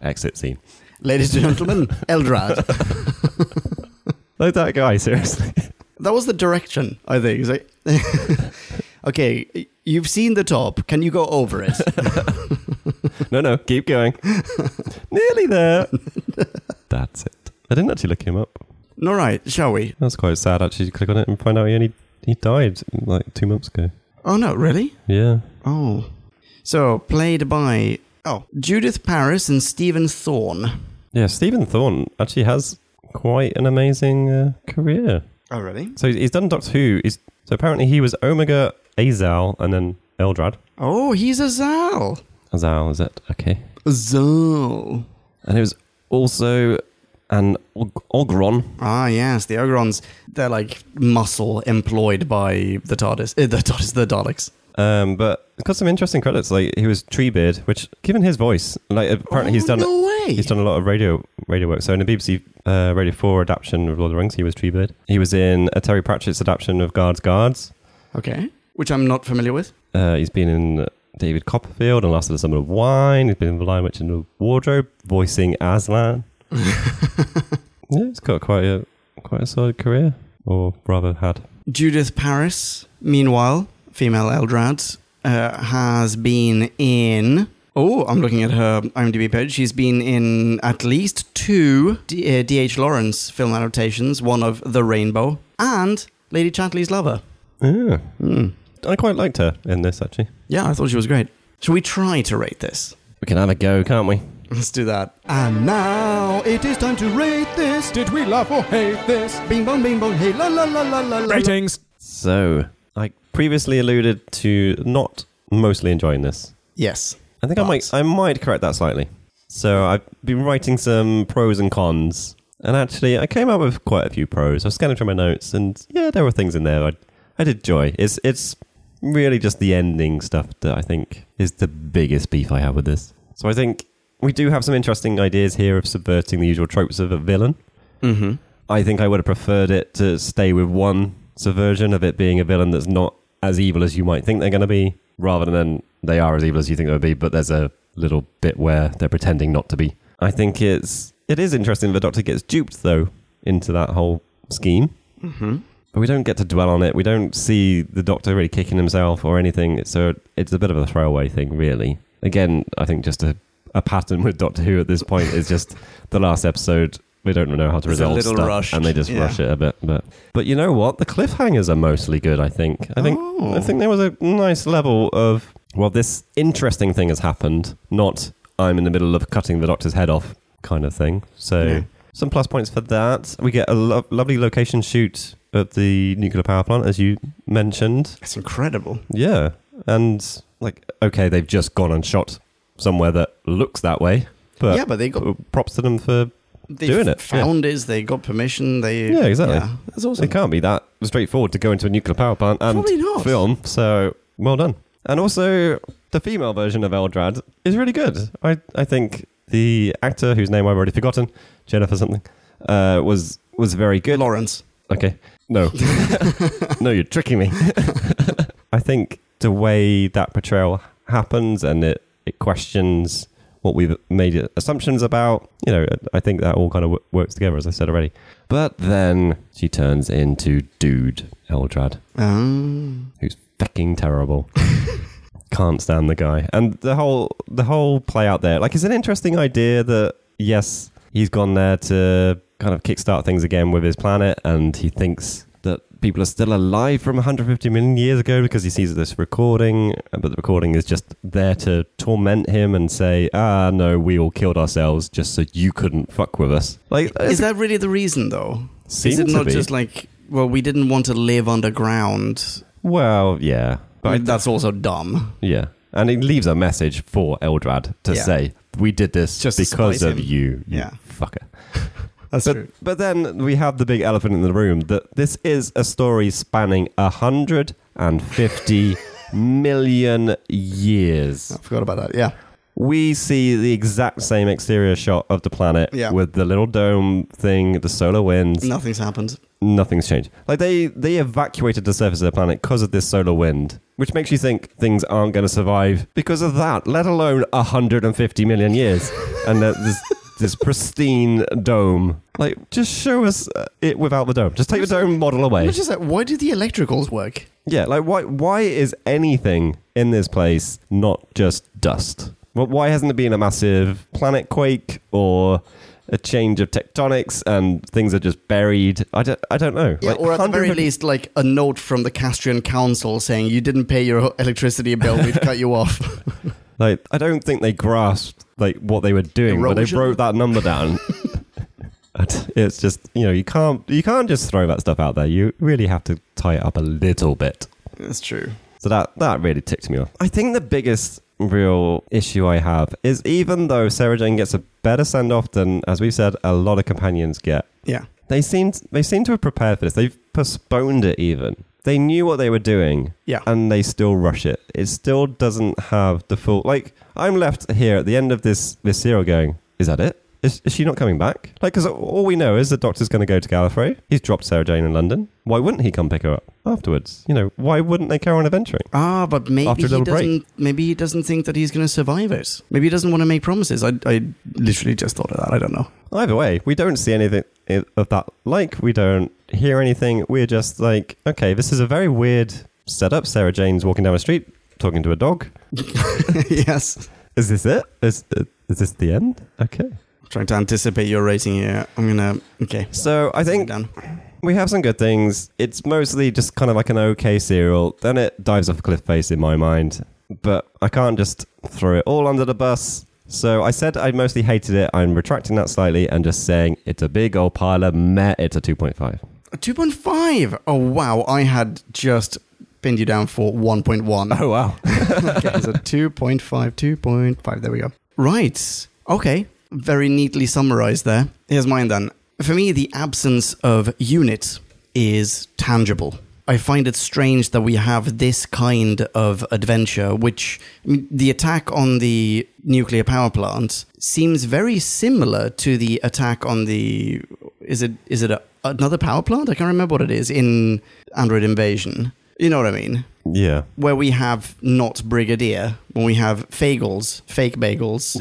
S2: Exit scene.
S1: Ladies and <laughs> gentlemen, Eldrad.
S2: Like that guy, seriously.
S1: That was the direction, I think. It's like- <laughs> okay, you've seen the top. Can you go over <laughs> it?
S2: No, no, keep going. Nearly there. That's it. I didn't actually look him up.
S1: All right, shall we?
S2: That's quite sad, actually, to click on it and find out he only he died like two months ago.
S1: Oh no, really?
S2: Yeah.
S1: Oh. So played by oh Judith Paris and Stephen Thorne.
S2: Yeah, Stephen Thorne actually has quite an amazing uh, career.
S1: Oh really?
S2: So he's- he's done Doctor Who. He's, so apparently he was Omega, Azal, and then Eldrad.
S1: Oh, he's a Zal.
S2: Azal, is that okay?
S1: Zal.
S2: And it was also an Og- Ogron.
S1: Ah, yes, the Ogrons. They're like muscle employed by the TARDIS, eh, the TARDIS, the Daleks.
S2: Um, but it's got some interesting credits. Like he was Treebeard, which, given his voice, like apparently he's
S1: Oh,
S2: done
S1: No way.
S2: he's done a lot of radio radio work. So in the BBC uh, Radio Four adaptation of Lord of the Rings, he was Treebeard. He was in a Terry Pratchett's adaptation of Guards Guards.
S1: okay, which I'm not familiar with. <laughs>
S2: Uh, he's been in David Copperfield and Last of the Summer of Wine. He's been in The Lion Witch in the Wardrobe, voicing Aslan. yeah, he's got quite a quite a solid career, or rather had.
S1: Judith Paris, meanwhile, female Eldrad, uh, has been in. Oh, I'm looking at her IMDb page. She's been in at least two D- uh, D.H. Lawrence film adaptations, one of The Rainbow and Lady Chantley's Lover.
S2: Yeah.
S1: Hmm.
S2: I quite liked her in this actually.
S1: Yeah, I thought she was great. Shall we try to rate this?
S2: We can have a go, can't we?
S1: Let's do that.
S5: And now it is time to rate this. Did we love or hate this?
S1: Bing bong, bing bong, hey la la la la la. la.
S5: Ratings.
S2: So I previously alluded to not mostly enjoying this.
S1: Yes.
S2: I think I might I might correct that slightly. So I've been writing some pros and cons, and actually I came up with quite a few pros. I was scanning through my notes, and yeah, there were things in there I I did enjoy. It's it's really just the ending stuff that I think is the biggest beef I have with this. So I think we do have some interesting ideas here of subverting the usual tropes of a villain.
S1: Mm-hmm.
S2: I think I would have preferred it to stay with one subversion of it being a villain that's not as evil as you might think they're going to be, rather than they are as evil as you think they'll be, but there's a little bit where they're pretending not to be. I think it's it is interesting the Doctor gets duped though into that whole scheme,
S1: Mm-hmm.
S2: but we don't get to dwell on it. We don't see the Doctor really kicking himself or anything. So it's a bit of a throwaway thing, really. Again, I think just a, a pattern with Doctor Who at this point is just the last episode. We don't know how to
S1: It's a
S2: resolve
S1: little
S2: stuff,
S1: rushed,
S2: and they just
S1: yeah.
S2: rush it a bit. But but you know what? The cliffhangers are mostly good. I think. I think.
S1: Oh.
S2: I think there was a nice level of well, this interesting thing has happened. Not I'm in the middle of cutting the Doctor's head off kind of thing. So
S1: Yeah.
S2: some plus points for that. We get a lo- lovely location shoot at the nuclear power plant, as you mentioned.
S1: That's incredible.
S2: Yeah, and like okay, they've just gone and shot somewhere that looks that way. But
S1: yeah, but they got
S2: props to them for
S1: they
S2: doing it, yeah.
S1: Founders, they got permission. They
S2: Yeah, exactly.
S1: that's awesome.
S2: It can't be that straightforward to go into a nuclear power plant and
S1: Probably not.
S2: film. So well done. And also, the female version of Eldrad is really good. I, I think the actor whose name I've already forgotten, Jennifer something, uh, was was very good.
S1: Lawrence.
S2: Okay, no, <laughs> no, you're tricking me. <laughs> I think the way that portrayal happens and it it questions what we've made assumptions about. You know, I think that all kind of wo- works together, as I said already. But then she turns into Dude Eldrad,
S1: Um,
S2: who's fucking terrible. <laughs> Can't stand the guy. And the whole the whole play out there, like, it's an interesting idea that yes, he's gone there to kind of kickstart things again with his planet, and he thinks that people are still alive from 150 million years ago because he sees this recording, but the recording is just there to torment him and say, ah, no, we all killed ourselves just so you couldn't fuck with us. Like,
S1: is that really the reason, though?
S2: seems
S1: is it
S2: to
S1: not
S2: be.
S1: just like well, we didn't want to live underground?
S2: well, yeah.
S1: But
S2: I-
S1: that's also dumb.
S2: Yeah. And it leaves a message for Eldrad to
S1: Yeah.
S2: say, we did this
S1: Just to
S2: because
S1: spite
S2: of
S1: him.
S2: you, you
S1: Yeah.
S2: fucker.
S1: <laughs> That's
S2: but, but then we have the big elephant in the room that this is a story spanning 150
S1: <laughs>
S2: million years.
S1: I forgot about that. Yeah.
S2: We see the exact same exterior shot of the planet
S1: Yeah.
S2: with the little dome thing, the solar winds.
S1: Nothing's happened.
S2: Nothing's changed. Like they they evacuated the surface of the planet because of this solar wind, which makes you think things aren't going to survive because of that. Let alone 150 million years,
S1: <laughs>
S2: and that this this pristine dome. Like, just show us uh, it without the dome. Just take the dome model away.
S1: Which is like, why do the electricals work?
S2: Yeah, like why why is anything in this place not just dust? Well, why hasn't it been a massive planet quake or a change of tectonics and things are just buried? I don't, I don't know.
S1: Yeah,
S2: Like,
S1: or at the very
S2: 150
S1: least, like a note from the Castrian council saying you didn't pay your electricity bill, we've cut you off.
S2: <laughs> Like I don't think they grasped like what they were doing when they
S1: Erosion?
S2: wrote that number down. <laughs> And it's just you know you can't you can't just throw that stuff out there. You really have to tie it up a little bit.
S1: That's true.
S2: So that that really ticked me off. I think the biggest real issue I have is even though Sarah Jane gets a better send off than as we've said a lot of companions get,
S1: Yeah.
S2: they seem they seem to have prepared for this. They've postponed it even. They knew what they were doing.
S1: Yeah.
S2: And they still rush it. It still doesn't have the full like I'm left here at the end of this this serial going, is that it? Is, is she not coming back? Like, because all we know is the doctor's going to go to Gallifrey. He's dropped Sarah Jane in London. Why wouldn't he come pick her up afterwards? You know, why wouldn't they carry on adventuring?
S1: Ah, but maybe
S2: After a
S1: he
S2: little
S1: doesn't.
S2: break.
S1: Maybe he doesn't think that he's going to survive it. Maybe he doesn't want to make promises. I, I literally just thought of that. I don't
S2: <laughs>
S1: know.
S2: Either way, we don't see anything i- of that. Like, we don't hear anything. We're just like, okay, this is a very weird setup. Sarah Jane's walking down the street talking to a dog.
S1: yes,
S2: Is this it? Is uh, is this the end? Okay.
S1: trying to anticipate your rating here. I'm gonna. Okay,
S2: So I think
S1: done.
S2: we have some good things. It's mostly just kind of like an okay serial. Then it dives off a cliff face in my mind. But I can't just throw it all under the bus. So I said I mostly hated it. I'm retracting that slightly and just saying it's a big old pile of meh. It's a 2.5.
S1: Two point five. Oh wow, I had just pinned you down for one point one.
S2: Oh, wow.
S1: okay, <laughs> so 2.5, 2.5. There we go. Right. Okay. Very neatly summarized there. Here's mine then. For me, the absence of unit is tangible. I find it strange that we have this kind of adventure, which I mean, the attack on the nuclear power plant seems very similar to the attack on the. Is it is it a, another power plant? I can't remember what it is in Android Invasion. You know what I mean?
S2: <laughs> Yeah.
S1: where we have not Brigadier, when we have Fagels, fake bagels,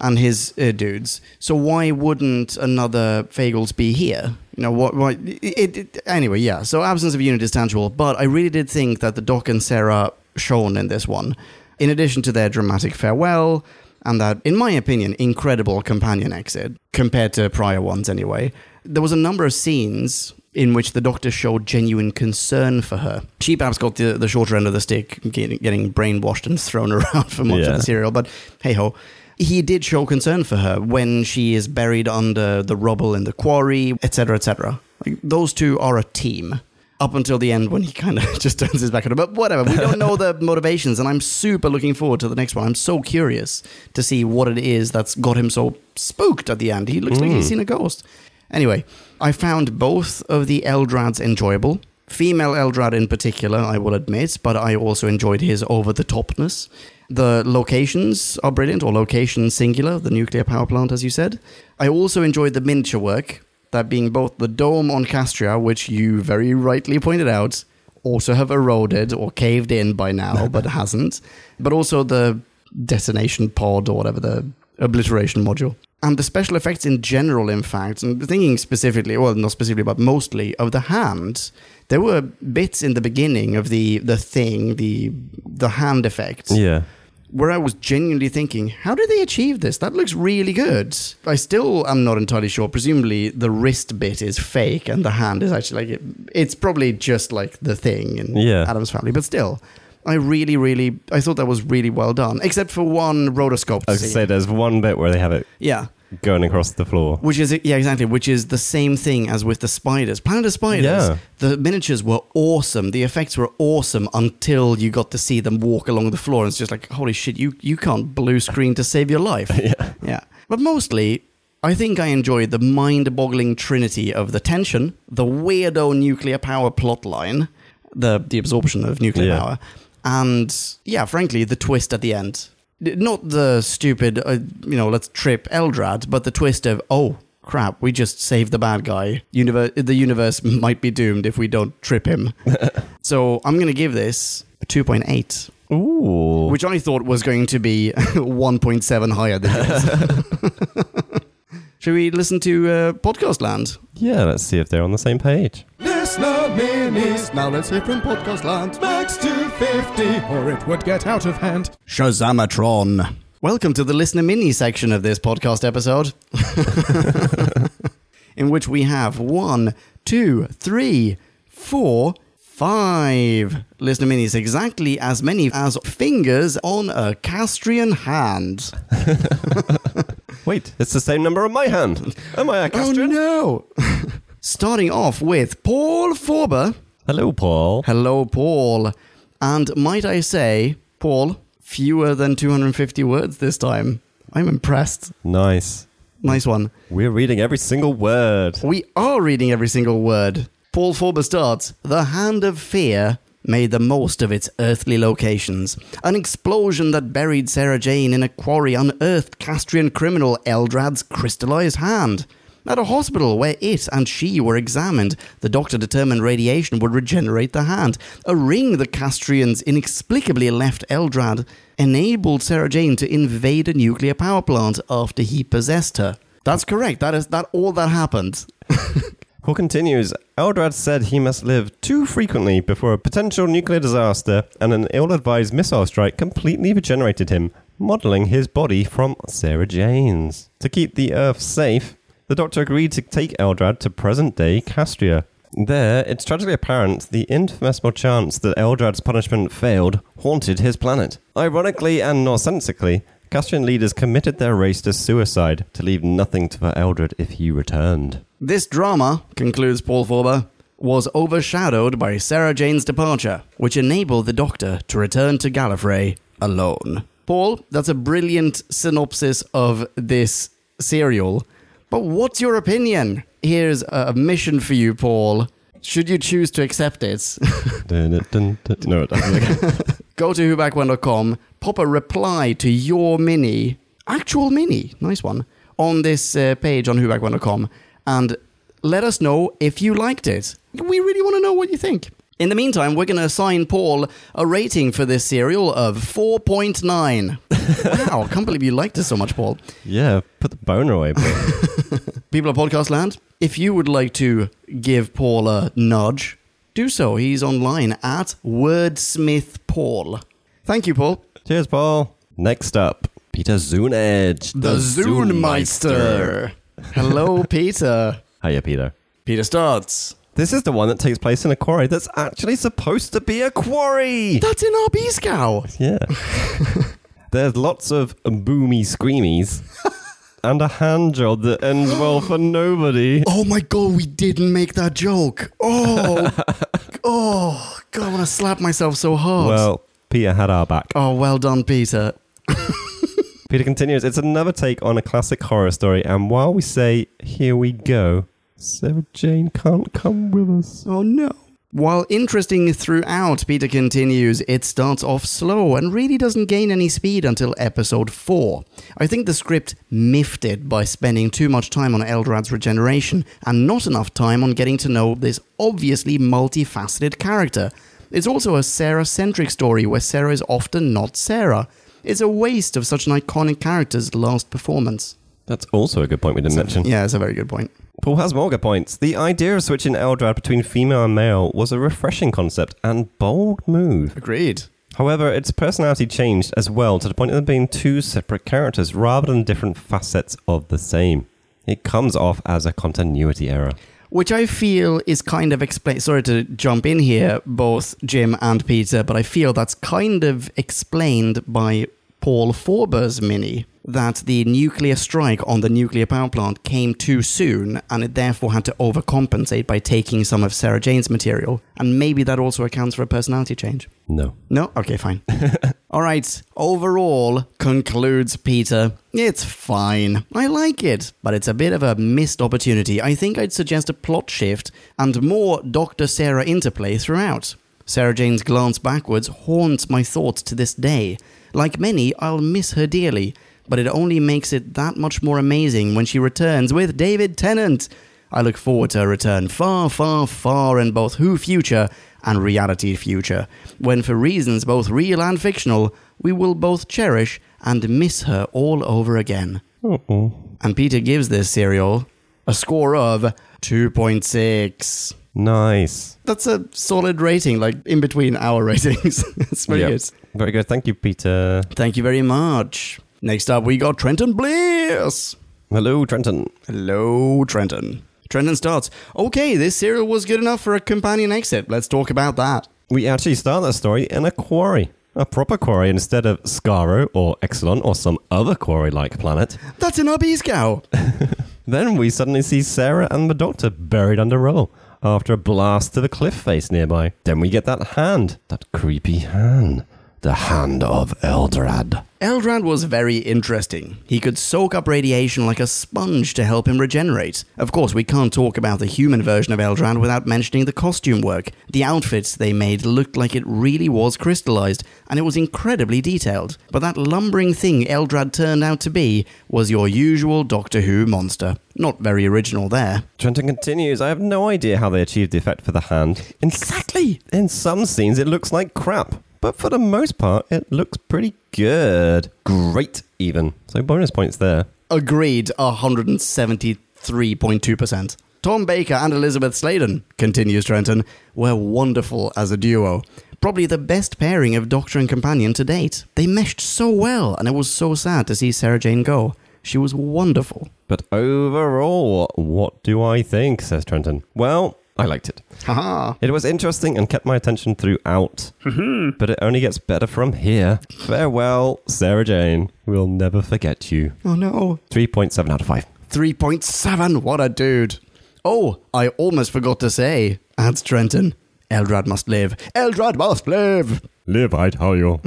S1: and his uh, dudes. So why wouldn't another Fagels be here? You know what? Why, it, it, anyway, yeah. So absence of unit is tangible, but I really did think that the Doc and Sarah shone in this one. In addition to their dramatic farewell and that, in my opinion, incredible companion exit compared to prior ones, anyway. There was a number of scenes in which the doctor showed genuine concern for her. She perhaps got the, the shorter end of the stick, getting, getting brainwashed and thrown <laughs> around for much
S2: Yeah.
S1: of the serial, but hey ho. He did show concern for her when she is buried under the rubble in the quarry, etc., etc. Like, those two are a team up until the end when he kind of <laughs> just turns his back on her. But whatever, we don't know the motivations, and I'm super looking forward to the next one. I'm so curious to see what it is that's got him so spooked at the end. He looks like he's seen a ghost. Anyway, I found both of the Eldrads enjoyable. Female Eldrad in particular, I will admit, but I also enjoyed his over the topness. The locations are brilliant, or location singular, the nuclear power plant, as you said. I also enjoyed the miniature work, that being both the dome on Castria, which you very rightly pointed out, also have eroded or caved in by now, but hasn't, but also the detonation pod or whatever the obliteration module. And the special effects in general, in fact, and thinking specifically, well, not specifically, but mostly of the hand, there were bits in the beginning of the the thing, the the hand effect,
S2: Yeah.
S1: where I was genuinely thinking, how did they achieve this? That looks really good. I still am not entirely sure. Presumably, the wrist bit is fake, and the hand is actually like it, it's probably just like the thing in
S2: Yeah.
S1: Adam's family. But still, I really, really, I thought that was really well done, except for one rotoscope.
S2: I was going to
S1: scene.
S2: say there's one bit where they have it
S1: yeah.
S2: going across the floor.
S1: Which is yeah, exactly. Which is the same thing as with the spiders. Planet of Spiders.
S2: Yeah.
S1: The miniatures were awesome. The effects were awesome until you got to see them walk along the floor, and it's just like, holy shit, you you can't blue screen to save your life. yeah. Yeah. But mostly. I think I enjoyed the mind-boggling trinity of the tension, the weirdo nuclear power plotline, the the absorption of nuclear
S2: Yeah.
S1: power, and yeah, frankly, the twist at the end. Not the stupid, uh, you know, let's trip Eldrad, but the twist of oh crap, we just saved the bad guy. Universe, the universe <laughs> might be doomed if we don't trip him. so I'm gonna give this a 2.8,
S2: Ooh.
S1: which I thought was going to be <laughs> 1.7 higher than this. <laughs> Should we listen to uh, Podcast Land?
S2: yeah, let's see if they're on the same page.
S5: Listener minis. Now let's hear from Podcast Land. Max 250, or it would get out of hand.
S1: Shazamatron. Welcome to the listener mini section of this podcast <laughs> episode, in which we have one, two, three, four, five listener minis, exactly as many as fingers on a Castrian hand.
S2: Wait, it's the same number on my hand. Am I a Castrian?
S1: Oh no! <laughs> Starting off with Paul Forber.
S2: Hello, Paul.
S1: Hello, Paul. And might I say, Paul, fewer than 250 words this time. I'm impressed.
S2: Nice.
S1: Nice one.
S2: We're reading every single word.
S1: We are reading every single word. Paul Forber starts The Hand of Fear made the most of its earthly locations. An explosion that buried Sarah Jane in a quarry unearthed Castrian criminal Eldrad's crystallized hand. At a hospital where it and she were examined, the doctor determined radiation would regenerate the hand. A ring the Castrians inexplicably left Eldrad enabled Sarah Jane to invade a nuclear power plant after he possessed her. That's correct. That is that all that happened.
S2: Hall continues Eldrad said he must live too frequently before a potential nuclear disaster and an ill advised missile strike completely regenerated him, modelling his body from Sarah Jane's. To keep the Earth safe, the doctor agreed to take Eldrad to present day Castria. There, it's tragically apparent the infinitesimal chance that Eldrad's punishment failed haunted his planet. Ironically and nonsensically, Castrian leaders committed their race to suicide to leave nothing to for Eldred if he returned.
S1: This drama, concludes Paul Forber, was overshadowed by Sarah Jane's departure, which enabled the Doctor to return to Gallifrey alone. Paul, that's a brilliant synopsis of this serial. But what's your opinion? Here's a mission for you, Paul. Should you choose to accept it,
S2: Dun, dun, dun, dun. no, it doesn't.
S1: go to whobackwhen.com, pop a reply to your mini, actual mini, nice one, on this uh, page on whobackwhen.com and let us know if you liked it. We really want to know what you think. In the meantime, we're going to assign Paul a rating for this serial of 4.9. wow, I can't believe you liked it so much, Paul.
S2: <laughs> yeah, put the boner away, boy.
S1: People of Podcast Land, if you would like to give Paul a nudge, do so. He's online at Wordsmith Paul. Thank you, Paul.
S2: Cheers, Paul. Next up, Peter Zoonedge.
S1: The Zoonmeister. Hello, Peter.
S2: Hiya, Peter.
S1: <laughs> Peter starts.
S2: This is the one that takes place in a quarry that's actually supposed to be
S1: <laughs>
S2: a quarry.
S1: That's in our bee scow.
S2: Yeah. There's lots of boomy screamies and a hand job that ends well
S1: <laughs>
S2: for nobody.
S1: Oh my god, we didn't make that joke. <laughs> Oh, oh god, I want to slap myself so hard.
S2: Well, Peter had our back.
S1: oh, well done, Peter.
S2: Peter continues, it's another take on a classic horror story, and while we say, here we go, Sarah Jane can't come with us.
S1: Oh no. While interesting throughout, Peter continues, it starts off slow and really doesn't gain any speed until episode 4. I think the script miffed it by spending too much time on Eldrad's regeneration and not enough time on getting to know this obviously multifaceted character. It's also a Sarah centric story where Sarah is often not Sarah. It's a waste of such an iconic character's last performance.
S2: That's also a good point we didn't mention.
S1: Yeah, it's a very good point.
S2: Paul has more good points. The idea of switching Eldrad between female and male was a refreshing concept and bold move.
S1: Agreed.
S2: However, its personality changed as well to the point of them being two separate characters rather than different facets of the same. It comes off as a continuity error.
S1: which I feel is kind of explain. Sorry to jump in here, both Jim and Peter, but I feel that's kind of explained by Paul Forber's mini that the nuclear strike on the nuclear power plant came too soon, and it therefore had to overcompensate by taking some of Sarah Jane's material, and maybe that also accounts for a personality change.
S2: No.
S1: No? Okay, fine. All right. Overall, concludes Peter, it's fine. I like it, but it's a bit of a missed opportunity. I think I'd suggest a plot shift and more Dr. Sarah interplay throughout. Sarah Jane's glance backwards haunts my thoughts to this day. Like many, I'll miss her dearly, but it only makes it that much more amazing when she returns with David Tennant. I look forward to her return far, far, far in both Who Future and Reality Future, when for reasons both real and fictional, we will both cherish and miss her all over again. And Peter gives this serial a score of 2.6.
S2: Nice.
S1: That's a solid rating, like in between our <laughs> ratings. it's very
S2: Yep.
S1: good.
S2: Very good. Thank you, Peter.
S1: Thank you very much. Next up, we got Trenton Bliss.
S2: Hello, Trenton.
S1: Hello, Trenton. Trenton starts. Okay, this serial was good enough for a companion exit. Let's talk about that.
S2: We actually start that story in a quarry. A proper quarry instead of Skaro or Exelon or some other quarry like planet.
S1: That's an obese cow. <laughs>
S2: Then we suddenly see Sarah and the Doctor buried under rubble after a blast to the cliff face nearby. Then we get that hand, that creepy hand. The Hand of Eldrad.
S1: Eldrad was very interesting. He could soak up radiation like a sponge to help him regenerate. Of course, we can't talk about the human version of Eldrad without mentioning the costume work. The outfits they made looked like it really was crystallized, and it was incredibly detailed. But that lumbering thing Eldrad turned out to be was your usual Doctor Who monster. Not very original there.
S2: Trenton continues, I have no idea how they achieved the effect for the hand. In,
S1: Exactly!
S2: in some scenes, it looks like crap, but for the most part, it looks pretty good. Great, even. So bonus points there.
S1: Agreed, 173.2%. Tom Baker and Elizabeth Sladen, continues Trenton, were wonderful as a duo. Probably the best pairing of Doctor and Companion to date. They meshed so well, and it was so sad to see Sarah Jane go. She was wonderful.
S2: But overall, what do I think? says Trenton. Well, I liked it.
S1: Haha.
S2: It was interesting and kept my attention throughout. but it only gets better from here. Farewell, Sarah Jane. We'll never forget you.
S1: Oh no.
S2: 3.7 out of 5.
S1: 3.7, what a dude. Oh, I almost forgot to say, adds Trenton, Eldrad must live. Eldrad must live!
S2: Live, I tell you.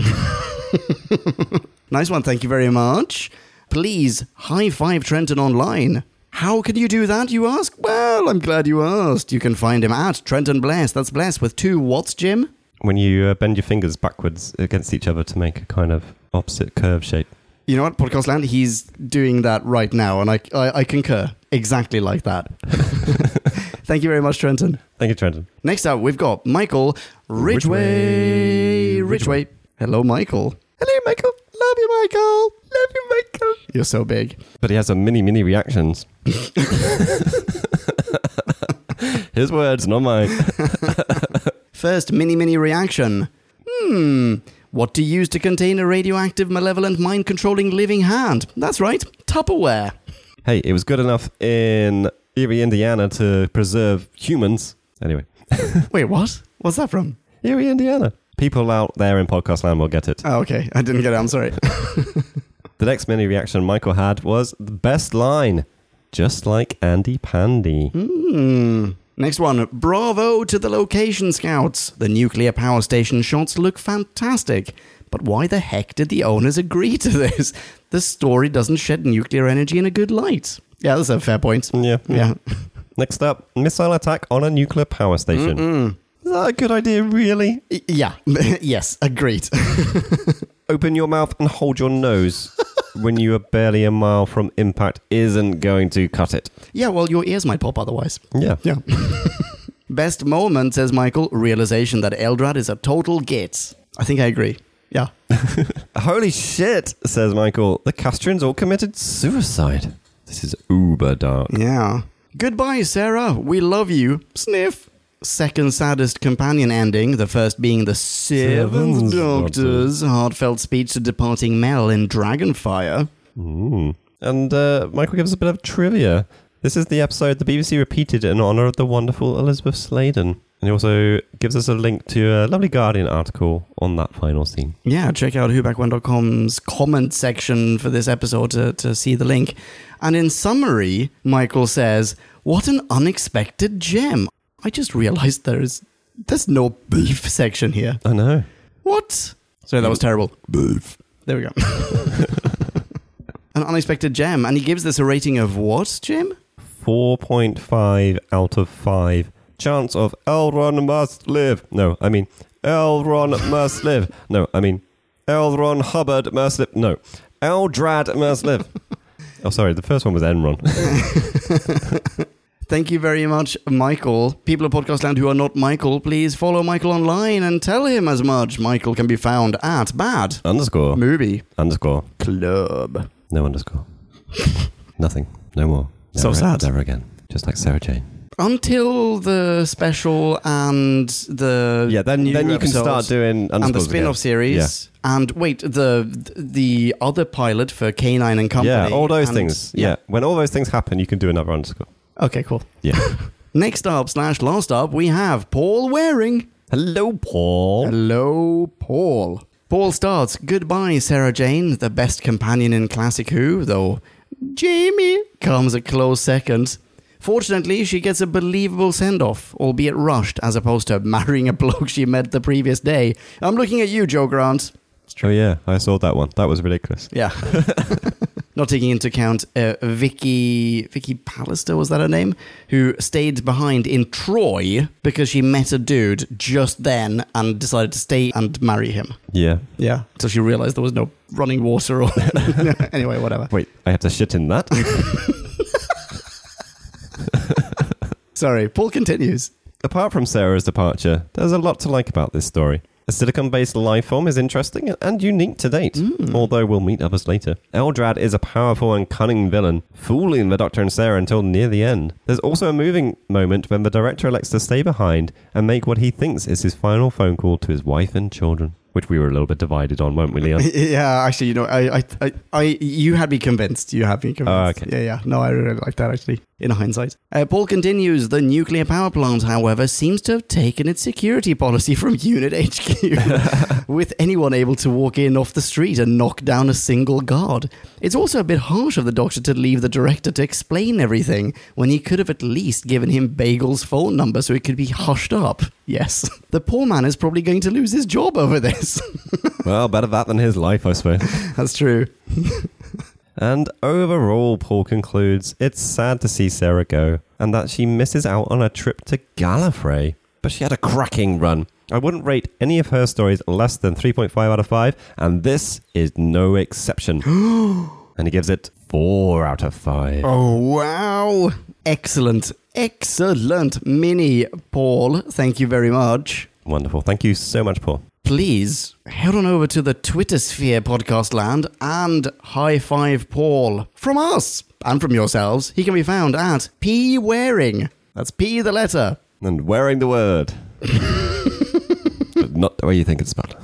S1: Nice one, thank you very much. Please high five Trenton online. How can you do that, you ask? Well, I'm glad you asked. You can find him at Trenton Bless. That's Bless with two watts, Jim.
S2: <laughs> when you uh, bend your fingers backwards against each other to make a kind of opposite curve shape.
S1: You know what, Podcast Land? He's doing that right now, and I, I, I concur. Exactly like that. <laughs> Thank you very much, Trenton.
S2: Thank you, Trenton.
S1: Next up, we've got Michael Ridgway. Ridgway. Hello, Michael.
S2: Hello, Michael. Love you, Michael. Love you, Michael.
S1: You're so big.
S2: But he has some mini, mini <laughs> reactions. His words, not mine.
S1: First mini mini reaction. Hmm. What to use to contain a radioactive, malevolent, mind controlling living hand? That's right, Tupperware.
S2: hey, it was good enough in Erie, Indiana to preserve humans. Anyway,
S1: <laughs> Wait, what? What's that from?
S2: Erie, Indiana. People out there in podcast land will get it.
S1: Oh, okay. I didn't get it. I'm sorry. <laughs>
S2: The next mini reaction Michael had was the best line, just like Andy Pandy.
S1: Hmm. Next one. Bravo to the location scouts. The nuclear power station shots look fantastic. But why the heck did the owners agree to this? The story doesn't shed nuclear energy in a good light. Yeah, that's a fair point.
S2: Yeah.
S1: Yeah.
S2: Next up, missile attack on a nuclear power station. Is that a good idea, really?
S1: Y- <laughs> Yeah. <laughs> yes, agreed. <laughs>
S2: Open your mouth and hold your nose <laughs> when you are barely a mile from impact isn't going to cut it.
S1: Yeah, well, your ears might pop otherwise.
S2: Yeah.
S1: Yeah. Best moment, says Michael, realization that Eldrad is a total git. I think I agree. Yeah.
S2: Holy shit, says Michael. The Castrians all committed suicide. This is uber dark.
S1: Yeah. Goodbye, Sarah. We love you. Sniff. Second saddest companion ending, the first being the Seventh
S2: Seventh
S1: Doctor's heartfelt speech to departing Mel in Dragonfire.
S2: Ooh. Hmm. And uh, Michael gives a bit of trivia. This is the episode the BBC repeated in honor of the wonderful Elizabeth Sladen. And he also gives us a link to a lovely Guardian article on that final scene.
S1: Yeah, check out whobackwhen.com's comment section for this episode to, to see the link. And in summary, Michael says, What an unexpected gem. I just realized there is there's no beef section here.
S2: I know.
S1: What? Sorry, that was terrible. Beef. There we go. <laughs> an unexpected gem. And he gives this a rating of what, Jim?
S2: 4.5 out of 5. Chance of Elron must live. No, I mean, Elron <laughs> must live. No, I mean, Elron Hubbard must live. No, Eldrad
S1: <laughs>
S2: must live. oh, sorry, the first one was Enron.
S1: Thank you very much, Michael. People of Podcast Land who are not Michael, please follow Michael online and tell him as much. Michael can be found at Bad
S2: underscore.
S1: Movie
S2: Underscore.
S1: Club.
S2: No underscore. Nothing. No more.
S1: So
S2: Never-
S1: sad.
S2: Never again. Just like Sarah Jane.
S1: Until the special and the
S2: Yeah, then,
S1: new
S2: then you can
S1: episodes
S2: start doing
S1: and the
S2: underscores
S1: spin off
S2: again.
S1: series and wait the the other pilot for Canine and Company
S2: Yeah, yeah all those
S1: and-
S2: things. yeah, when all those things happen, you can do another underscore.
S1: okay cool <laughs>
S2: Yeah.
S1: Next up, slash last up, we have Paul Waring.
S2: Hello, Paul.
S1: Hello, Paul. Paul starts Goodbye, Sarah Jane, the best companion in Classic Who, though Jamie comes a close second. Fortunately, she gets a believable send off, <laughs> albeit rushed, as opposed to marrying a bloke she met the previous day. I'm looking at you, Joe Grant.
S2: Oh yeah, I saw that one. That was ridiculous.
S1: Yeah. <laughs> Not taking into account uh, Vicky Vicky Pallister was that her name who stayed behind in Troy because she met a dude just then and decided to stay and marry him.
S2: Yeah.
S1: Yeah, until she realized there was no running water or <laughs> anyway, whatever.
S2: Wait, I have to shit in that. <laughs>
S1: Sorry, Paul continues.
S2: Apart from Sarah's departure, there's a lot to like about this story. A silicon based life form is interesting and unique to date, although we'll meet others later. Eldrad is a powerful and cunning villain, fooling the Doctor and Sarah until near the end. There's also a moving moment when the director elects to stay behind and make what he thinks is his final phone call to his wife and children, which we were a little bit divided on, weren't we, Leon?
S1: <laughs> Yeah, actually, you know, I, I, I, I you had me convinced. You had me convinced.
S2: Oh, okay.
S1: Yeah, yeah. No, I really like that actually. In hindsight, uh, Paul continues. The nuclear power plant, however, seems to have taken its security policy <laughs> from Unit
S2: <laughs>
S1: HQ, with anyone able to walk in off the street and knock down a single guard. It's also a bit harsh of the Doctor to leave the director to explain everything when he could have at least given him Bagel's phone number so it could be hushed up. Yes, <laughs> the poor man is probably going to lose his job over this.
S2: <laughs>
S1: <laughs>
S2: well, better that than his life, I suppose.
S1: That's true.
S2: And overall, Paul concludes it's sad to see Sarah go and that she misses out on a trip to Gallifrey. But she had a cracking run. I wouldn't rate any of her stories less than 3.5 out of 5, and this is no <gasps> exception. and he gives it 4 out of 5.
S1: Oh, wow. Excellent. Excellent mini, Paul. Thank you very much.
S2: Wonderful. Thank you so much, Paul.
S1: Please head on over to the Twitter Sphere podcast land and high five Paul from us and from yourselves. He can be found at P Wearing. That's P the letter.
S2: And wearing the word. <laughs> but not the way you think it's spelled.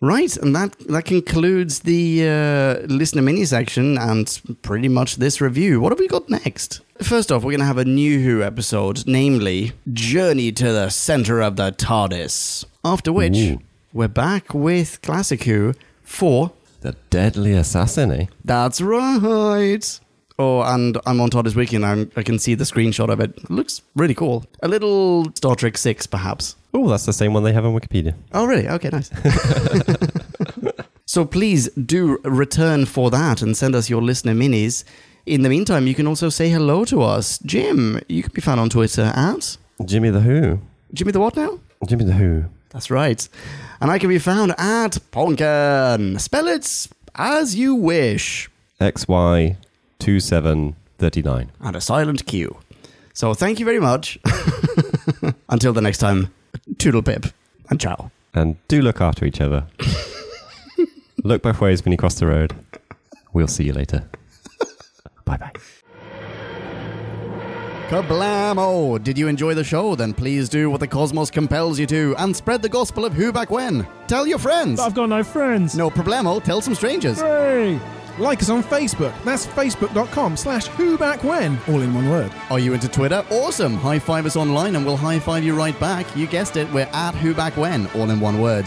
S1: Right, and that that concludes the uh, listener mini section and pretty much this review. What have we got next? First off, we're going to have a new Who episode, namely Journey to the Center of the TARDIS. After which,
S2: Ooh.
S1: we're back with Classic Who for
S2: The deadly assassin, eh?
S1: That's Right. Oh, and I'm on TARDIS Wiki and I'm, I can see the screenshot of it. Looks really cool. A little Star Trek 6, perhaps.
S2: Oh, that's the same one they have on Wikipedia.
S1: Oh, really? Okay, nice. <laughs> so please do return for that and send us your listener minis. In the meantime, you can also say hello to us. Jim, you can be found on Twitter at
S2: Jimmy the Who.
S1: Jimmy the What now?
S2: Jimmy the Who.
S1: That's right. And I can be found at Ponken. Spell it as you wish.
S2: XY2739.
S1: And a silent Q. So thank you very much. <laughs> Until the next time, toodle pip and ciao.
S2: And do look after each other. look both ways when you cross the road. We'll see you later. bye bye.
S1: Kablamo! Did you enjoy the show? Then please do what the cosmos compels you to and spread the gospel of who back when. Tell your friends!
S7: I've got no friends.
S1: No problemo, tell some strangers.
S7: Hey.
S5: Like us on Facebook. That's facebook.com slash who back when, all in one word.
S1: Are you into Twitter? Awesome! High five us online and we'll high five you right back. You guessed it, we're at who back when, all in one word.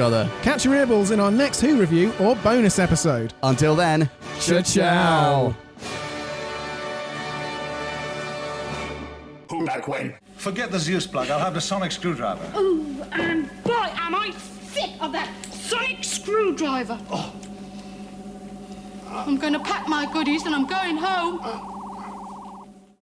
S1: other.
S5: Catch your earballs in our next Who review or bonus episode.
S1: Until then,
S5: Ciao.
S6: Who back when?
S8: Forget the Zeus plug. I'll have the sonic screwdriver.
S9: Ooh, and boy, am I sick of that sonic
S8: Oh.
S9: screwdriver. I'm going to pack my goodies and I'm going home.